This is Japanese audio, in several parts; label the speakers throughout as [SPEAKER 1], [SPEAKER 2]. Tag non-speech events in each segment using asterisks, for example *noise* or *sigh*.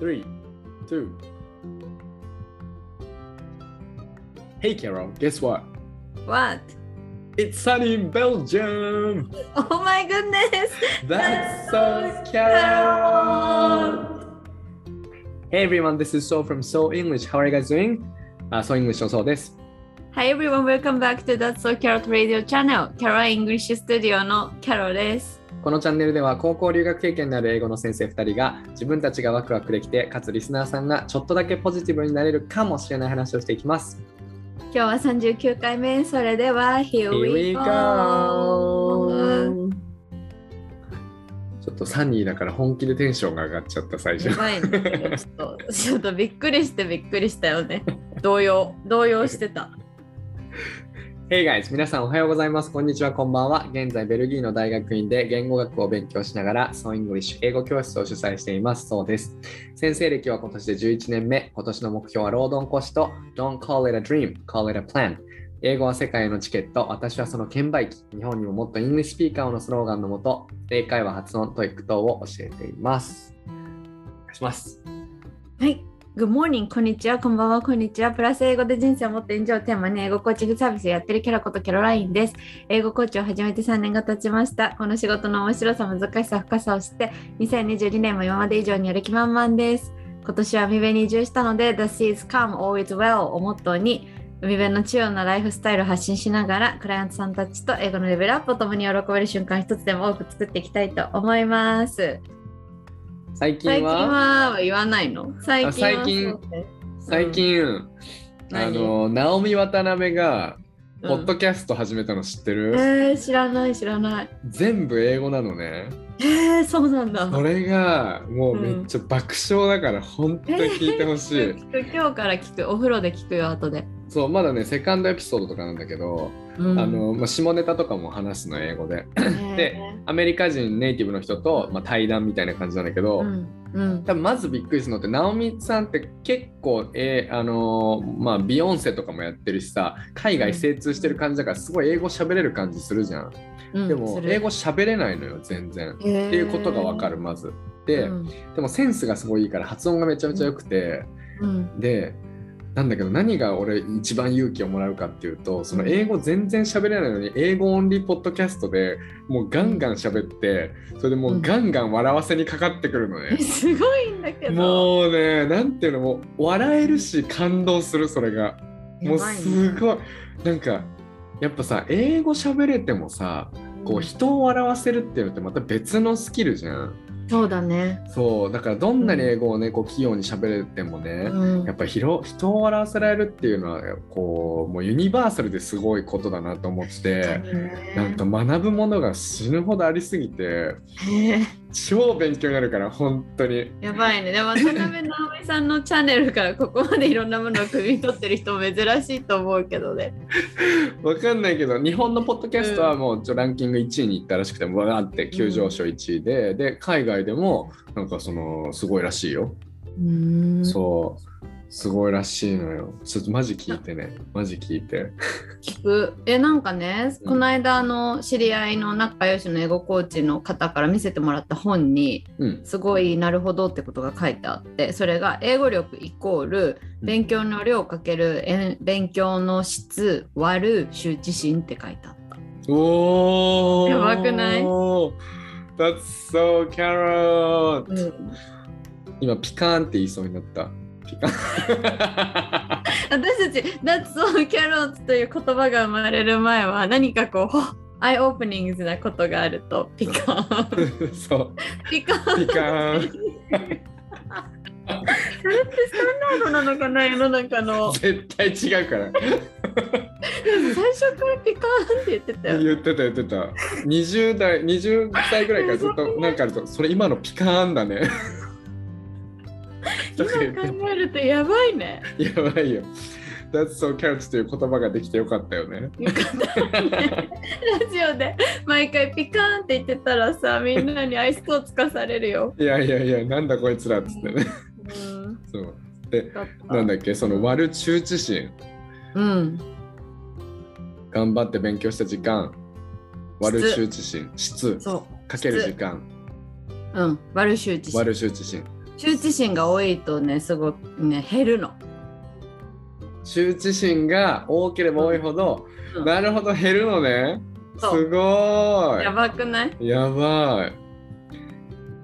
[SPEAKER 1] three, two. Hey, Carol, guess what?
[SPEAKER 2] What?
[SPEAKER 1] It's sunny in Belgium.
[SPEAKER 2] Oh my goodness!
[SPEAKER 1] That's so Carol. Hey, everyone, this is So from So English. How are you guys doing? Uh, so English のそうです。
[SPEAKER 2] Hi everyone, welcome back to That's So Carrot Radio Channel. Carrot English Studio の Carol です。
[SPEAKER 1] このチャンネルでは高校留学経験のある英語の先生2人が自分たちがワクワクできてかつリスナーさんがちょっとだけポジティブになれるかもしれない話をしていきます。
[SPEAKER 2] 今日は39回目、それでは Here
[SPEAKER 1] Here we
[SPEAKER 2] we go!
[SPEAKER 1] go! ちょっとサニーだから本気でテンションが上がっちゃった最
[SPEAKER 2] や
[SPEAKER 1] 初。
[SPEAKER 2] ばいねちょっと。ちょっとびっくりしてびっくりしたよね。動揺、動揺してた。
[SPEAKER 1] Hey guys! 皆さんおはようございます。こんにちは、こんばんは。現在ベルギーの大学院で言語学を勉強しながら So English 英語教室を主催しています。そうです。先生歴は今年で11年目。今年の目標は労働講師と Don't call it a dream, call it a plan。英語は世界へのチケット、私はその券売機。日本にももっとイングリッシュスピーカーをのスローガンのもと、英会話発音、トイック等を教えています。お願いします。
[SPEAKER 2] はい。Good morning, こんにちは、こんばんは、こんにちは。プラス英語で人生をもっとエンジョイをテーマに英語コーチングサービスをやってるキャラことキャロラインです。英語コーチを始めて3年が経ちました。この仕事の面白さ、難しさ、深さを知って、2022年も今まで以上にやる気満々です。今年は海辺に移住したので、The Seas Come Always Well をモットーに、海辺のチューなライフスタイルを発信しながら、クライアントさんたちと英語のレベルアップを共に喜べる瞬間一つでも多く作っていきたいと思います。
[SPEAKER 1] 最近
[SPEAKER 2] 最近
[SPEAKER 1] は
[SPEAKER 2] は言わないの最近は
[SPEAKER 1] 最近
[SPEAKER 2] そうです
[SPEAKER 1] 最近、あの、ナオミ渡辺が、
[SPEAKER 2] うん
[SPEAKER 1] ポッドキャスト始めたの知ってる、
[SPEAKER 2] えー、知らない知らない。
[SPEAKER 1] 全部英語なのね。
[SPEAKER 2] えー、そうなんだ。
[SPEAKER 1] それがもう
[SPEAKER 2] うん
[SPEAKER 1] めっちゃ爆笑だから本当に聞いてほしい。
[SPEAKER 2] 聞く今日から聞くお風呂で聞くよ後で。
[SPEAKER 1] そうまだねセカンドエピソードとかなんだけど、
[SPEAKER 2] うん
[SPEAKER 1] あのまあ、下ネタとかも話すの英語で。で、アメリカ人ネイティブの人と、まあ、対談みたいな感じなんだけ
[SPEAKER 2] えー
[SPEAKER 1] ど、
[SPEAKER 2] うんうん、
[SPEAKER 1] 多分まずびっくりするのってナオミさんって結構、えーあのーまあ、ビヨンセとかもやってるしさ海外精通してる感じだからすごい英語喋れる感じするじゃん。
[SPEAKER 2] うん
[SPEAKER 1] でも英語喋れないのよ全然。
[SPEAKER 2] って
[SPEAKER 1] っていうことがわかるまず。で、
[SPEAKER 2] うん
[SPEAKER 1] でもセンスがすごいいいから発音がめちゃめちゃ良くて、
[SPEAKER 2] うん
[SPEAKER 1] でなんだけど何が俺一番勇気をもらうかっていうとその英語全然喋れないのに英語オンリーポッドキャストでもうガンガン喋ってそれでもうガンガン笑わせにかかってくるの
[SPEAKER 2] え
[SPEAKER 1] ね。
[SPEAKER 2] すごいんだけど。
[SPEAKER 1] もうねなんていうのもう笑えるし感動するそれが。もう
[SPEAKER 2] やばいね
[SPEAKER 1] すごいなんかやっぱさ英語喋れてもさこう人を笑わせるっていうのってまた別のスキルじゃん。
[SPEAKER 2] そうだね。
[SPEAKER 1] そうだからどんなに英語をねこう器用に喋れてもね、
[SPEAKER 2] うん
[SPEAKER 1] やっぱ広人を笑わせられるっていうのはこうもうユニバーサルですごいことだなと思って、なんか学ぶものが死ぬほどありすぎて
[SPEAKER 2] へー
[SPEAKER 1] 超勉強になるから本当に
[SPEAKER 2] やばいね。でも渡辺直美さんのチャンネルからここまでいろんなものを汲み取ってる人も珍しいと思うけどね。
[SPEAKER 1] わかんないけど日本のポッドキャストはもうちょランキング1位に行ったらしくてわーって急上昇1位で、で海外でもなんかそのすごいらしいよ、
[SPEAKER 2] うん
[SPEAKER 1] そうすごいらしいのよちょっとマジ聞いてねマジ聞いて。
[SPEAKER 2] 聞くえなんかね、
[SPEAKER 1] うん
[SPEAKER 2] この間あの知り合いの仲良しの英語コーチの方から見せてもらった本に
[SPEAKER 1] うん
[SPEAKER 2] すごいなるほどってことが書いてあってそれが英語力イコール
[SPEAKER 1] うん
[SPEAKER 2] 勉強の量かける、えん勉強の質割る羞恥心って書いてあった
[SPEAKER 1] おー
[SPEAKER 2] やばくない
[SPEAKER 1] ?That's so carrot!、
[SPEAKER 2] うん
[SPEAKER 1] 今ピカーンって言いそうになった。ピカーン
[SPEAKER 2] 私たち「That's so carrots」という言葉が生まれる前は何かこう *laughs* ほっアイオープニングなことがあるとピカ
[SPEAKER 1] *laughs*
[SPEAKER 2] ーン
[SPEAKER 1] そう、
[SPEAKER 2] ピカーン
[SPEAKER 1] ピカーン。
[SPEAKER 2] *laughs* それってスタンダードなのかな世の中の
[SPEAKER 1] 絶対違うから。
[SPEAKER 2] 最初からピカーンって言ってたよね。
[SPEAKER 1] 言ってた言ってた。20代、20歳ぐらいからずっ
[SPEAKER 2] *laughs*
[SPEAKER 1] となんかあると、それ今のピカーンだね。と
[SPEAKER 2] 今
[SPEAKER 1] か言っ
[SPEAKER 2] 考えるとやばいね。
[SPEAKER 1] て *laughs* やばいよ。That's so carrot という言葉ができてよかったよね。
[SPEAKER 2] よかったわねラジオで毎回ピカーンって言ってたらさみんなに愛想つかされるよ。
[SPEAKER 1] いやいやいや、なんだこいつらっつってね。
[SPEAKER 2] うん、
[SPEAKER 1] そう。なんだっけ、その割る羞恥心。
[SPEAKER 2] うん、
[SPEAKER 1] 頑張って勉強した時間割る羞恥心質
[SPEAKER 2] そ
[SPEAKER 1] かける時間
[SPEAKER 2] う、うん、悪周知
[SPEAKER 1] 割る羞恥心
[SPEAKER 2] 羞恥心が多いとねすごくね減るの。
[SPEAKER 1] 羞恥心が多ければ多いほど、
[SPEAKER 2] うん
[SPEAKER 1] なるほど減るのねす
[SPEAKER 2] そう
[SPEAKER 1] ご
[SPEAKER 2] や
[SPEAKER 1] ー
[SPEAKER 2] ばくない
[SPEAKER 1] いやばい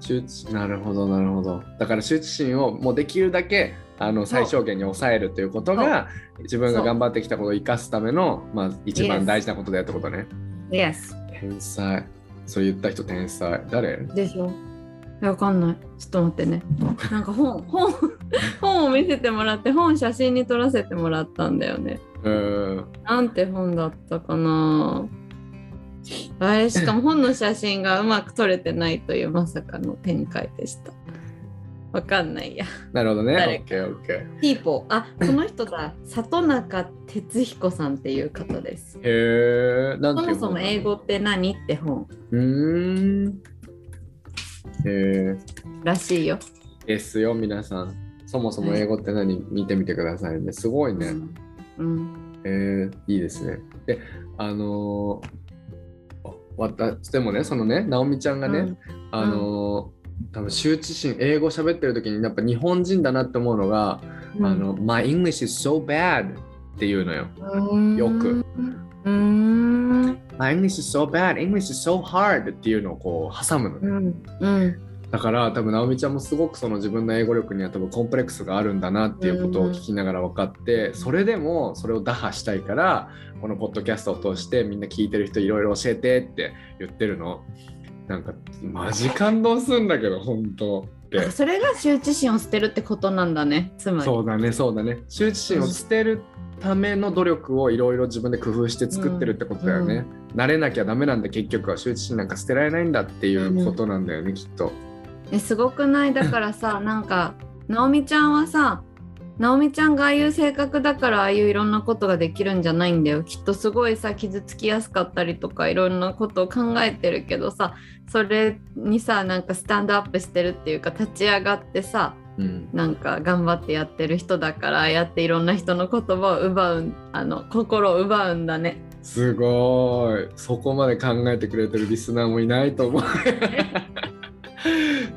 [SPEAKER 1] 羞恥なるほどなるほどだから羞恥心をもうできるだけあの
[SPEAKER 2] そう
[SPEAKER 1] 最小限に抑えるということが自分が頑張ってきたことを生かすための、まあ、一番
[SPEAKER 2] Yes
[SPEAKER 1] 大事なことだよってことね
[SPEAKER 2] ?Yes。
[SPEAKER 1] 天才それ言った人天才誰
[SPEAKER 2] でしょわかんない。ちょっと待ってね。なんか本、本、本を見せてもらって、本写真に撮らせてもらったんだよね。
[SPEAKER 1] うーん
[SPEAKER 2] なんて本だったかなあれ、しかも本の写真がうまく撮れてないというまさかの展開でした。わかんないや。
[SPEAKER 1] なるほどね
[SPEAKER 2] 誰か
[SPEAKER 1] OKOK
[SPEAKER 2] ピーポー。あ、この人だ。里中哲彦さんっていう方です。
[SPEAKER 1] へえ
[SPEAKER 2] そ
[SPEAKER 1] そ
[SPEAKER 2] もそも英語って何って本
[SPEAKER 1] うーんへえ
[SPEAKER 2] らしいよ。
[SPEAKER 1] ですよ皆さんそもそも英語って何、見てみてくださいねすごいね、
[SPEAKER 2] うん。
[SPEAKER 1] えーいいですねであのーあ私でもねそのね直美ちゃんがね、
[SPEAKER 2] うん
[SPEAKER 1] あのー多分羞恥心英語喋ってる時にやっぱ日本人だなって思うのが「あの My English is so bad」っていうのよ。よく。
[SPEAKER 2] うーん。
[SPEAKER 1] My English is so bad, English is so hard っていうのをこう挟むのね。
[SPEAKER 2] うん。うん。
[SPEAKER 1] だから多分直美ちゃんもすごくその自分の英語力には多分コンプレックスがあるんだなっていうことを聞きながら分かって、それでもそれを打破したいからこのポッドキャストを通してみんな聞いてる人いろいろ教えてって言ってるのなんかマジ感動するんだけど本当って
[SPEAKER 2] あそれが羞恥心を捨てるってことなんだね。つまり。
[SPEAKER 1] そうだねそうだね羞恥心を捨てるための努力をいろいろ自分で工夫して作ってるってことだよね、慣れなきゃダメなんだ結局は羞恥心なんか捨てられないんだっていうことなんだよね、きっと。
[SPEAKER 2] えすごくないだか
[SPEAKER 1] *laughs*
[SPEAKER 2] らさ、なんか、なおみちゃんはさ、なおみちゃんがああいう性格だからああいういろんなことができるんじゃないんだよきっとすごいさ傷つきやすかったりとかいろんなことを考えてるけどさそれにさなんかスタンドアップしてるっていうか立ち上がってさ
[SPEAKER 1] うん
[SPEAKER 2] なんか頑張ってやってる人だからああやっていろんな人の言葉を奪うんあの心を奪うんだね
[SPEAKER 1] すごいそこまで考えてくれてるリスナーもいないと思う *laughs*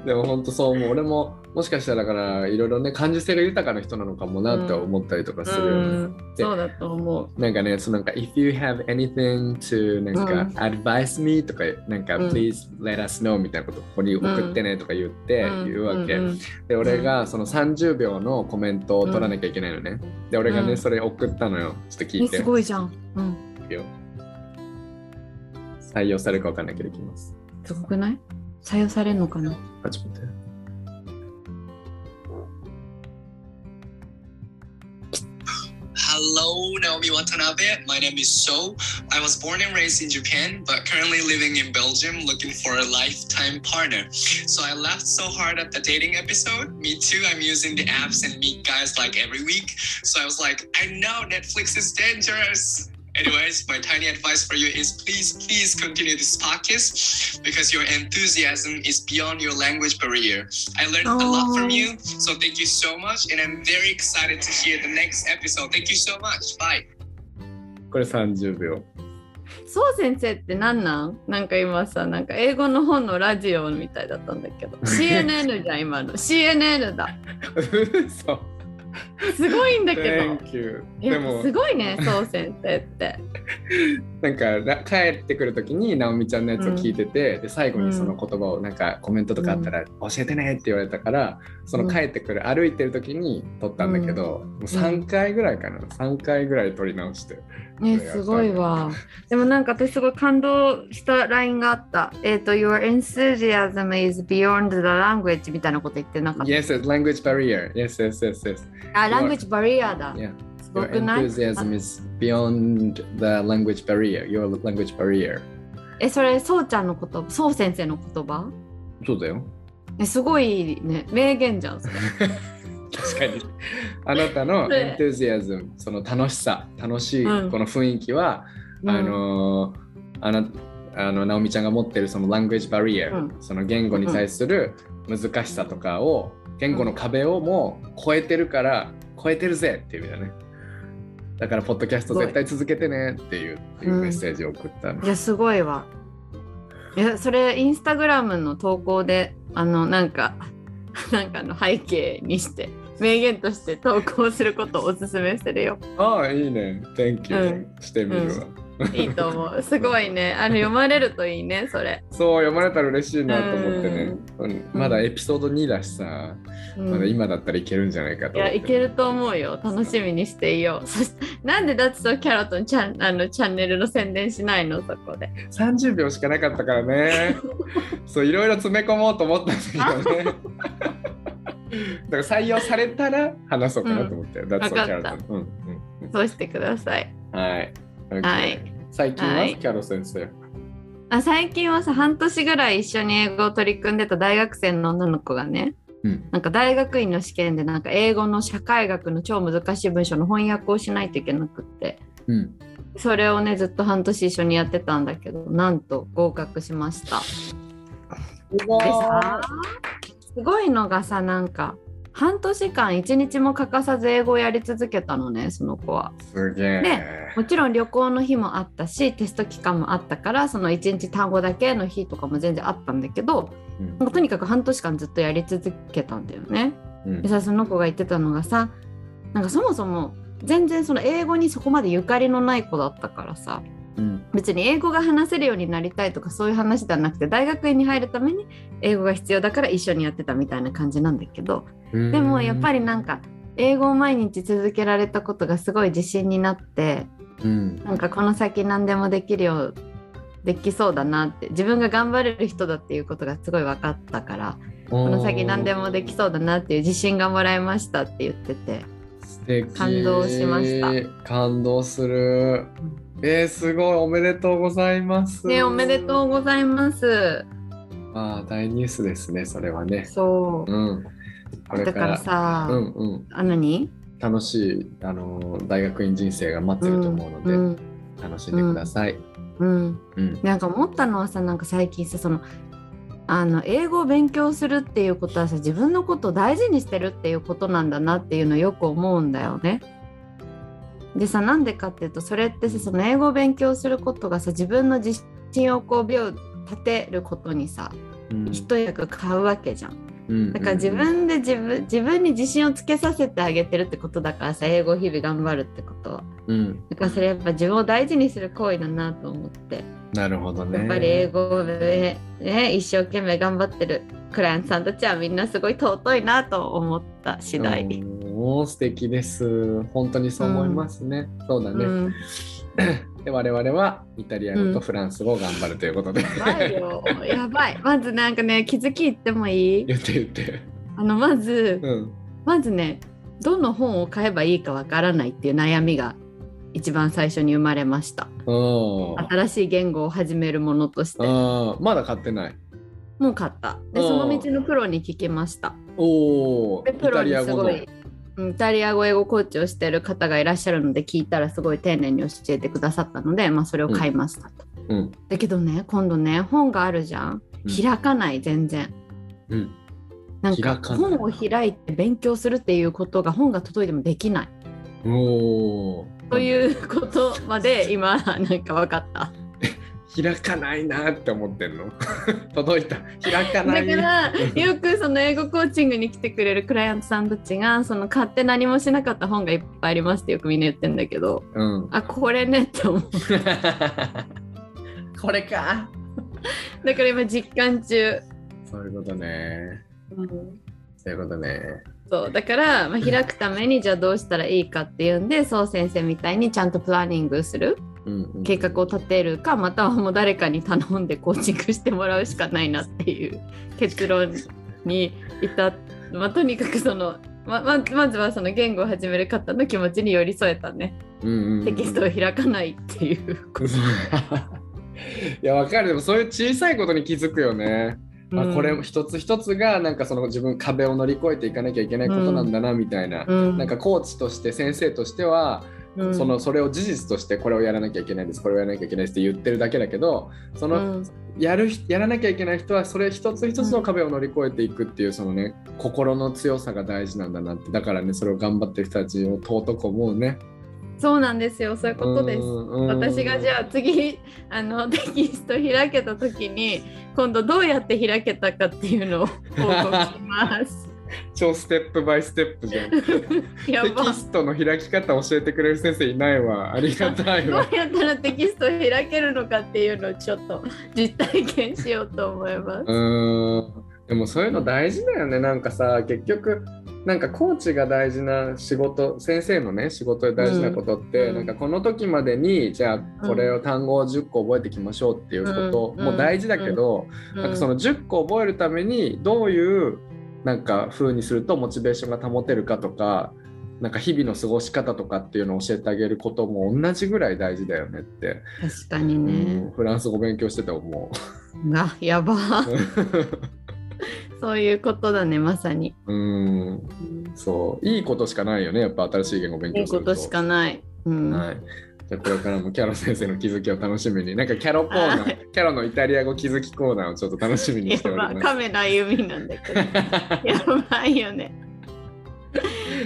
[SPEAKER 1] でも本当そう思う俺ももしかしたらだからいろいろね感受性が豊かな人なのかもなって思ったりとかするよね、
[SPEAKER 2] うんそうだと思う。
[SPEAKER 1] なんかねそのなんか「If you have anything to なんか、
[SPEAKER 2] うん
[SPEAKER 1] advise me」とか「なんか、
[SPEAKER 2] うん
[SPEAKER 1] please let us know」みたいなことここに送ってねとか言って、言うわけ、
[SPEAKER 2] んん
[SPEAKER 1] で俺がその30秒のコメントを取らなきゃいけないのね、で俺がね、
[SPEAKER 2] うん
[SPEAKER 1] それ送ったのよちょっと聞
[SPEAKER 2] え
[SPEAKER 1] いて
[SPEAKER 2] すごいじゃん。うん。
[SPEAKER 1] 採用されるか分かんないけどいきます
[SPEAKER 2] すごくない採用されるのかな
[SPEAKER 1] あ、ちょっと待って。
[SPEAKER 3] Hello, Naomi Watanabe. My name is So. I was born and raised in Japan, but currently living in Belgium looking for a lifetime partner. So I laughed so hard at the dating episode. Me too, I'm using the apps and meet guys like every week. So I was like, I know Netflix is dangerous. Anyways, my tiny advice for you is please, please continue this podcast because your enthusiasm is beyond your language barrier. I learned a lot from
[SPEAKER 2] Aww.
[SPEAKER 3] you. So thank you so much. And I'm very excited to hear the next episode. Thank you so much. Bye.
[SPEAKER 1] これ30秒。 *laughs*
[SPEAKER 2] そう先生って何なんなんか今さなんか英語の本のラジオみたいだったんだけ *laughs* ど CNN じゃん今の CNN だ
[SPEAKER 1] 嘘。
[SPEAKER 2] すごいんだけど
[SPEAKER 1] Thank you。
[SPEAKER 2] い
[SPEAKER 1] で
[SPEAKER 2] や
[SPEAKER 1] も
[SPEAKER 2] す、ごいねそう先生って
[SPEAKER 1] なんかな帰ってくるときに、直美ちゃんのやつを聞いてて、で、最後にその言葉を、なんかコメントとかあったら、教えてねって言われたから、その帰ってくる、歩いてるときに撮ったんだけど、もう3回ぐらいかな。3回ぐらい撮り直して。
[SPEAKER 2] ね、すご *laughs* いわ。でもなんか私すごい感動したラインがあった。えっ、と、Your enthusiasm is beyond the language みたいなこと言ってなかった。
[SPEAKER 1] Yes, it's language barrier. Yes, yes, yes, yes.
[SPEAKER 2] あ、language barrier だ。
[SPEAKER 1] Yeah.
[SPEAKER 2] すご
[SPEAKER 1] Your
[SPEAKER 2] くない
[SPEAKER 1] enthusiasm is beyond the language barrier. Your language barrier.
[SPEAKER 2] え、それ、そうちゃんの言葉、そう先生の言葉
[SPEAKER 1] そうだよ。
[SPEAKER 2] え、すごいね。名言じゃん。それ
[SPEAKER 1] 確かに *laughs* あなたのエントゥジアズムその楽しさ楽しい
[SPEAKER 2] うん
[SPEAKER 1] この雰囲気は、 *laughs* あ、のーあなあの直美ちゃんが持ってるそのラングエージバリア、
[SPEAKER 2] うん
[SPEAKER 1] その言語に対する難しさとかを、言語の壁をもう超えてるから超えてるぜっていう意味だねだからポッドキャスト
[SPEAKER 2] すごい
[SPEAKER 1] 絶対続けてねっていうっていうメッセージを送ったの、
[SPEAKER 2] うんいや、すごいわ。いや、それ、インスタグラムの投稿で、あの、なんか、 *laughs* なんかの背景にして名言として投稿することをおすすめするよ。
[SPEAKER 1] ああ、いいね。Thank you、してみるわ。
[SPEAKER 2] ういいと思う。すごいね。あの読まれるといいね、それ。
[SPEAKER 1] そう、読まれたら嬉しいなと思ってね。うんまだエピソード2だしさ、
[SPEAKER 2] うん
[SPEAKER 1] まだ今だったらいけるんじゃないか
[SPEAKER 2] い
[SPEAKER 1] と思っ
[SPEAKER 2] や、
[SPEAKER 1] て。
[SPEAKER 2] いけると思うよ。楽しみにしていよう。そしなんでだってそうキャロットのチャンあのチャンネルの宣伝しないの、そこで。
[SPEAKER 1] 30秒しかなかったから
[SPEAKER 2] *laughs*
[SPEAKER 1] ねそういろいろ詰め込もうと思ったんだけどねだから採用されたら話そうかなと思って、よ。That's
[SPEAKER 2] わ
[SPEAKER 1] all
[SPEAKER 2] かった
[SPEAKER 1] Carrot うんうん
[SPEAKER 2] そうしてください。
[SPEAKER 1] うんはい、OK
[SPEAKER 2] はい
[SPEAKER 1] 最近は、
[SPEAKER 2] はい
[SPEAKER 1] キャロ先生
[SPEAKER 2] あ最近はさ半年ぐらい一緒に英語を取り組んでた大学生の女の子がね
[SPEAKER 1] うん
[SPEAKER 2] なんか大学院の試験でなんか英語の社会学の超難しい文章の翻訳をしないといけなくって
[SPEAKER 1] うん
[SPEAKER 2] それをねずっと半年一緒にやってたんだけどなんと合格しました。
[SPEAKER 1] すご
[SPEAKER 2] でさすごいのがさなんか半年間一日も欠かさず英語をやり続けたのねその子は。
[SPEAKER 1] すげえ、
[SPEAKER 2] ねもちろん旅行の日もあったしテスト期間もあったからその一日単語だけの日とかも全然あったんだけど
[SPEAKER 1] うん
[SPEAKER 2] なんかとにかく半年間ずっとやり続けたんだよね。
[SPEAKER 1] うん
[SPEAKER 2] でさその子が言ってたのがさなんかそもそも全然その英語にそこまでゆかりのない子だったからさ
[SPEAKER 1] うん
[SPEAKER 2] 別に英語が話せるようになりたいとかそういう話ではなくて大学院に入るために英語が必要だから一緒にやってたみたいな感じなんだけど
[SPEAKER 1] うん
[SPEAKER 2] でもやっぱりなんか英語を毎日続けられたことがすごい自信になって
[SPEAKER 1] うん
[SPEAKER 2] なんかこの先何でもできるようできそうだなって自分が頑張れる人だっていうことがすごい分かったからこ
[SPEAKER 1] こ
[SPEAKER 2] の先何でもできそうだなっていう自信がもらえましたって言ってて
[SPEAKER 1] 素敵
[SPEAKER 2] 感動しました
[SPEAKER 1] 感動するえー、すごいおめでとうございます
[SPEAKER 2] ねおめでとうございます
[SPEAKER 1] ああ大ニュースですねそれはね
[SPEAKER 2] そ
[SPEAKER 1] うんこ
[SPEAKER 2] う
[SPEAKER 1] れ
[SPEAKER 2] だ
[SPEAKER 1] か
[SPEAKER 2] から
[SPEAKER 1] ら
[SPEAKER 2] さ、
[SPEAKER 1] うんうん、
[SPEAKER 2] あ何
[SPEAKER 1] 楽しいあの大学院人生が待ってると思うので、
[SPEAKER 2] うん
[SPEAKER 1] 楽しんでください。
[SPEAKER 2] うん、
[SPEAKER 1] うん
[SPEAKER 2] なんか思ったのはさなんか最近さそのあの英語を勉強するっていうことはさ自分のことを大事にしてるっていうことなんだなっていうのをよく思うんだよね。でさなんでかっていうとそれってさその英語を勉強することがさ自分の自信をこう美を立てることにさ
[SPEAKER 1] うん
[SPEAKER 2] 一役買うわけじゃん。
[SPEAKER 1] うん
[SPEAKER 2] だから自分で自分自分に自信をつけさせてあげてるってことだからさ英語を日々頑張るってことは。
[SPEAKER 1] うん、
[SPEAKER 2] だからそれやっぱ自分を大事にする行為だなと思って。
[SPEAKER 1] なるほどね。
[SPEAKER 2] やっぱり英語で、ね、一生懸命頑張ってるクライアントさんたちはみんなすごい尊いなと思った次第。
[SPEAKER 1] おー素敵です。本当にそう思いますね。そうだ
[SPEAKER 2] う
[SPEAKER 1] ね。
[SPEAKER 2] ん、
[SPEAKER 1] で我々はイタリア語とフランス語を頑張るということで、
[SPEAKER 2] やばいよやばいまずなんかね気づき言ってもいい
[SPEAKER 1] 言って言って。
[SPEAKER 2] あのまず
[SPEAKER 1] うん。
[SPEAKER 2] まずねどの本を買えばいいかわからないっていう悩みが一番最初に生まれました
[SPEAKER 1] おー
[SPEAKER 2] 新しい言語を始めるものとして
[SPEAKER 1] あーまだ買ってない。
[SPEAKER 2] もう買ったで
[SPEAKER 1] うん
[SPEAKER 2] その道のプロに聞きました
[SPEAKER 1] おお。
[SPEAKER 2] で
[SPEAKER 1] イ
[SPEAKER 2] プロ
[SPEAKER 1] タ
[SPEAKER 2] に
[SPEAKER 1] リア
[SPEAKER 2] す
[SPEAKER 1] 語
[SPEAKER 2] ご
[SPEAKER 1] の。
[SPEAKER 2] いうんイタリア語英語コーチをしてる方がいらっしゃるので聞いたらすごい丁寧に教えてくださったので、まあ、それを買いましたと、
[SPEAKER 1] うん
[SPEAKER 2] だけどね今度ね本があるじゃん
[SPEAKER 1] うん
[SPEAKER 2] 開かない全然、
[SPEAKER 1] うん。
[SPEAKER 2] なん
[SPEAKER 1] 開
[SPEAKER 2] か
[SPEAKER 1] かない
[SPEAKER 2] 本を開いて勉強するっていうことが本が届いてもできない
[SPEAKER 1] おお。
[SPEAKER 2] ということまで今なんか分かった
[SPEAKER 1] 開かないなって思ってんの *laughs* 届いた開かな
[SPEAKER 2] だ
[SPEAKER 1] い
[SPEAKER 2] からよくその英語コーチングに来てくれるクライアントさんたちがその買って何もしなかった本がいっぱいありますってよくみんな言ってんだけど
[SPEAKER 1] うん
[SPEAKER 2] *laughs* あこれねって思う
[SPEAKER 1] これか
[SPEAKER 2] だから今実感中
[SPEAKER 1] そういうことねそういうことね
[SPEAKER 2] そうだから、まあ、開くためにじゃあどうしたらいいかっていうんでそう先生みたいにちゃんとプランニングする
[SPEAKER 1] うんうん
[SPEAKER 2] 計画を立てるかまたはもう誰かに頼んでコーチングしてもらうしかないなっていう *laughs* 結論に至っ、まあ、とにかくそのまままずはその言語を始める方の気持ちに寄り添えたね
[SPEAKER 1] うんうんうん
[SPEAKER 2] テキストを開かないっていうこ
[SPEAKER 1] *laughs* いやわかるでもそういう小さいことに気づくよね、
[SPEAKER 2] と、
[SPEAKER 1] あこれ一つ一つがなんかその自分壁を乗り越えていかなきゃいけないことなんだなみたいな、
[SPEAKER 2] うん
[SPEAKER 1] なんかコーチとして先生としては
[SPEAKER 2] うん
[SPEAKER 1] そのそれを事実としてこれをやらなきゃいけないですこれをやらなきゃいけないですって言ってるだけだけどその、
[SPEAKER 2] うん
[SPEAKER 1] やる人やらなきゃいけない人はそれ一つ一つの壁を乗り越えていくっていうそのね心の強さが大事なんだなってだからねそれを頑張ってる人たちを尊く思うね。
[SPEAKER 2] そうなんですよそういうことです
[SPEAKER 1] うんうん
[SPEAKER 2] *laughs* 私がじゃあ次あのテキスト開けた時に今度どうやって開けたかっていうのを報告します。
[SPEAKER 1] 超ステップバイステップじゃん。
[SPEAKER 2] *laughs* や
[SPEAKER 1] *laughs* テ
[SPEAKER 2] ば
[SPEAKER 1] キ。ストの開き方教えてくれる先生いないわ。ありがたい
[SPEAKER 2] ど
[SPEAKER 1] わ。
[SPEAKER 2] うやったらテキストを開けるのかっていうのをちょっと実体験しようと思います。
[SPEAKER 1] うーん。でもそういうの大事だよね。なんかさ、結局、なんかコーチが大事な仕事、先生のね、仕事で大事なことって、
[SPEAKER 2] うん
[SPEAKER 1] なんかこの時までに、じゃあこれを単語を10個覚えてきましょうっていうこと、
[SPEAKER 2] うん
[SPEAKER 1] もう大事だけど、なんかその10個覚えるためにどういうなんか風にするとモチベーションが保てるかとかなんか日々の過ごし方とかっていうのを教えてあげることも同じぐらい大事だよねって、
[SPEAKER 2] 確かにね。
[SPEAKER 1] フランス語勉強してて思う。
[SPEAKER 2] あ
[SPEAKER 1] *laughs*
[SPEAKER 2] やば。そういうことだねまさに。
[SPEAKER 1] うんそういいことしかないよねやっぱ新しい言語勉
[SPEAKER 2] い
[SPEAKER 1] 強
[SPEAKER 2] い
[SPEAKER 1] する。
[SPEAKER 2] こととしかない。うん。
[SPEAKER 1] はいじゃあこれからもキャロ先生の気づきを楽しみになんかキャロコーナ
[SPEAKER 2] は
[SPEAKER 1] ーキャロのイタリア語気づきコーナーをちょっと楽しみに
[SPEAKER 2] や
[SPEAKER 1] しており
[SPEAKER 2] *laughs* ば
[SPEAKER 1] ます。
[SPEAKER 2] カメラユミなんだ
[SPEAKER 1] *laughs*
[SPEAKER 2] けどやばいよね。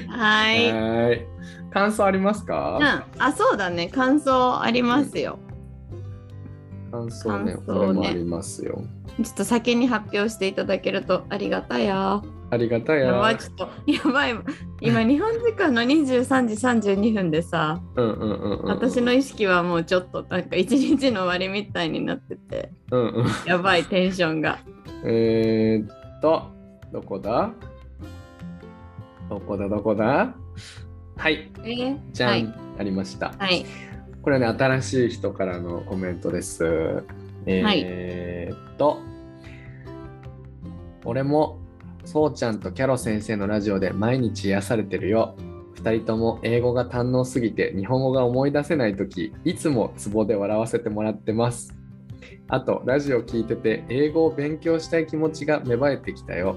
[SPEAKER 2] はい。うん
[SPEAKER 1] はい。感想ありますか？
[SPEAKER 2] あそうだね感想ありますよ。
[SPEAKER 1] 感想ね
[SPEAKER 2] 感
[SPEAKER 1] これ
[SPEAKER 2] 想ね
[SPEAKER 1] もありますよ
[SPEAKER 2] ちょっと先に発表していただけるとありがたや。
[SPEAKER 1] ありがたい
[SPEAKER 2] やば
[SPEAKER 1] や
[SPEAKER 2] いちょっとやばい今日本時間の23時32分でさ
[SPEAKER 1] うんうんうんうん
[SPEAKER 2] 私の意識はもうちょっとなんか一日の終わりみたいになってて
[SPEAKER 1] うんうん
[SPEAKER 2] やばいテンションが
[SPEAKER 1] えー、っとどこだどこだどこだはい
[SPEAKER 2] えー
[SPEAKER 1] じゃん、
[SPEAKER 2] はい、
[SPEAKER 1] ありました
[SPEAKER 2] はい、
[SPEAKER 1] これね新しい人からのコメントですえー、っと、俺もそうちゃんとキャロ先生のラジオで毎日癒されてるよ2人とも英語が堪能すぎて日本語が思い出せない時いつもツボで笑わせてもらってますあとラジオ聞いてて英語を勉強したい気持ちが芽生えてきたよ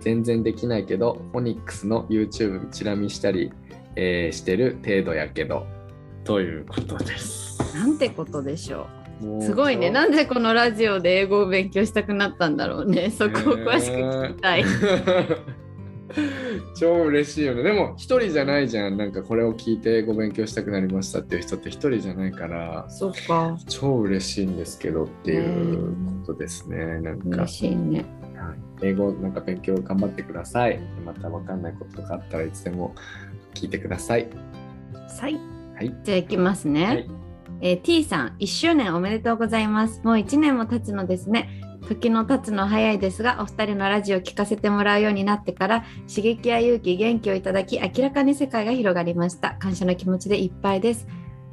[SPEAKER 1] 全然できないけどフォニックスの YouTube チラ見したり、えーしてる程度やけどということです
[SPEAKER 2] なんてことでしょ
[SPEAKER 1] もう
[SPEAKER 2] うすごいねなんでこのラジオで英語を勉強したくなったんだろうねそこを詳しく聞きたい、
[SPEAKER 1] *laughs* 超嬉しいよねでも一人じゃないじゃんなんかこれを聞いて英語勉強したくなりましたっていう人って一人じゃないから
[SPEAKER 2] そっか
[SPEAKER 1] 超嬉しいんですけどっていうことですねなんか
[SPEAKER 2] 嬉しいね
[SPEAKER 1] 英語なんか勉強頑張ってくださいまた分かんないこととかあったらいつでも聞いてください
[SPEAKER 2] はい
[SPEAKER 1] はい
[SPEAKER 2] じゃあいきますね、
[SPEAKER 1] はい
[SPEAKER 2] えー T さん1周年おめでとうございますもう1年も経つのですね時の経つの早いですがお二人のラジオを聞かせてもらうようになってから刺激や勇気元気をいただき明らかに世界が広がりました感謝の気持ちでいっぱいです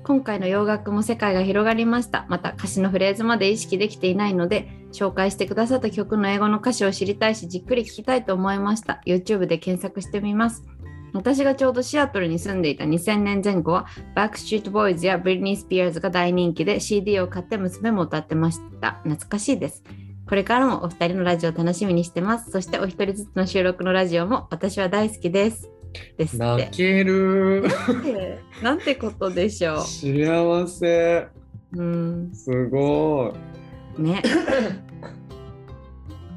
[SPEAKER 2] 今回の洋楽も世界が広がりましたまた歌詞のフレーズまで意識できていないので紹介してくださった曲の英語の歌詞を知りたいしじっくり聞きたいと思いました YouTube で検索してみます私がちょうどシアトルに住んでいた2000年前後はバックストリートボーイズやブリニー・スピアーズが大人気で CD を買って娘も歌ってました。懐かしいです。これからもお二人のラジオを楽しみにしてます。そしてお一人ずつの収録のラジオも私は大好きです。ですっ
[SPEAKER 1] 泣
[SPEAKER 2] て。
[SPEAKER 1] ける
[SPEAKER 2] なんてことでしょ
[SPEAKER 1] 幸せ
[SPEAKER 2] う。うん。
[SPEAKER 1] すごい
[SPEAKER 2] ね。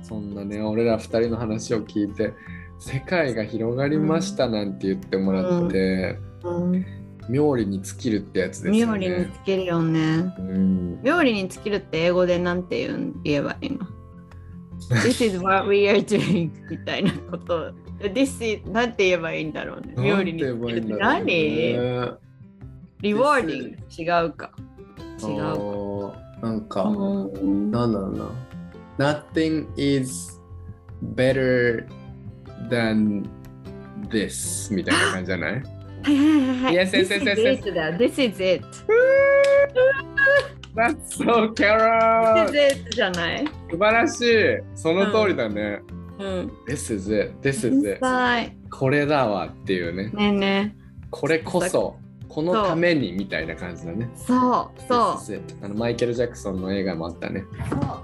[SPEAKER 1] そんなね俺ら2人の話を聞いて世界が広がりましたなんて言ってもらって、妙利に尽きるってやつですよ
[SPEAKER 2] 妙利に
[SPEAKER 1] ね
[SPEAKER 2] つ。けるよね。
[SPEAKER 1] うん、
[SPEAKER 2] 妙利につけるって英語でなんて言うん言えばいいの ?This is what we are doing *laughs* みたいなこと。This is なんて言えばいいんだろうね。妙利につけるって
[SPEAKER 1] なんて
[SPEAKER 2] 何
[SPEAKER 1] 言えばいいんだろうね
[SPEAKER 2] rewarding 違うか違
[SPEAKER 1] あ
[SPEAKER 2] う
[SPEAKER 1] ーなんか、
[SPEAKER 2] か
[SPEAKER 1] なんだろうな。Nothing is better than this みたいな感じじゃない
[SPEAKER 2] はいはいはいはい
[SPEAKER 1] Yes, yes, yes, yes, yes.
[SPEAKER 2] This is it だ This is it
[SPEAKER 1] *laughs* ?That's so Carol!
[SPEAKER 2] This is it じゃない
[SPEAKER 1] 素晴らしいその通りだね。
[SPEAKER 2] うん。
[SPEAKER 1] This is it! This is it!
[SPEAKER 2] ね
[SPEAKER 1] これだわっていうね。
[SPEAKER 2] えね
[SPEAKER 1] これこそこのためにみたいな感じだね
[SPEAKER 2] え。そうそう
[SPEAKER 1] This is it あのマイケル・ジャクソンの映画もあったね
[SPEAKER 2] そう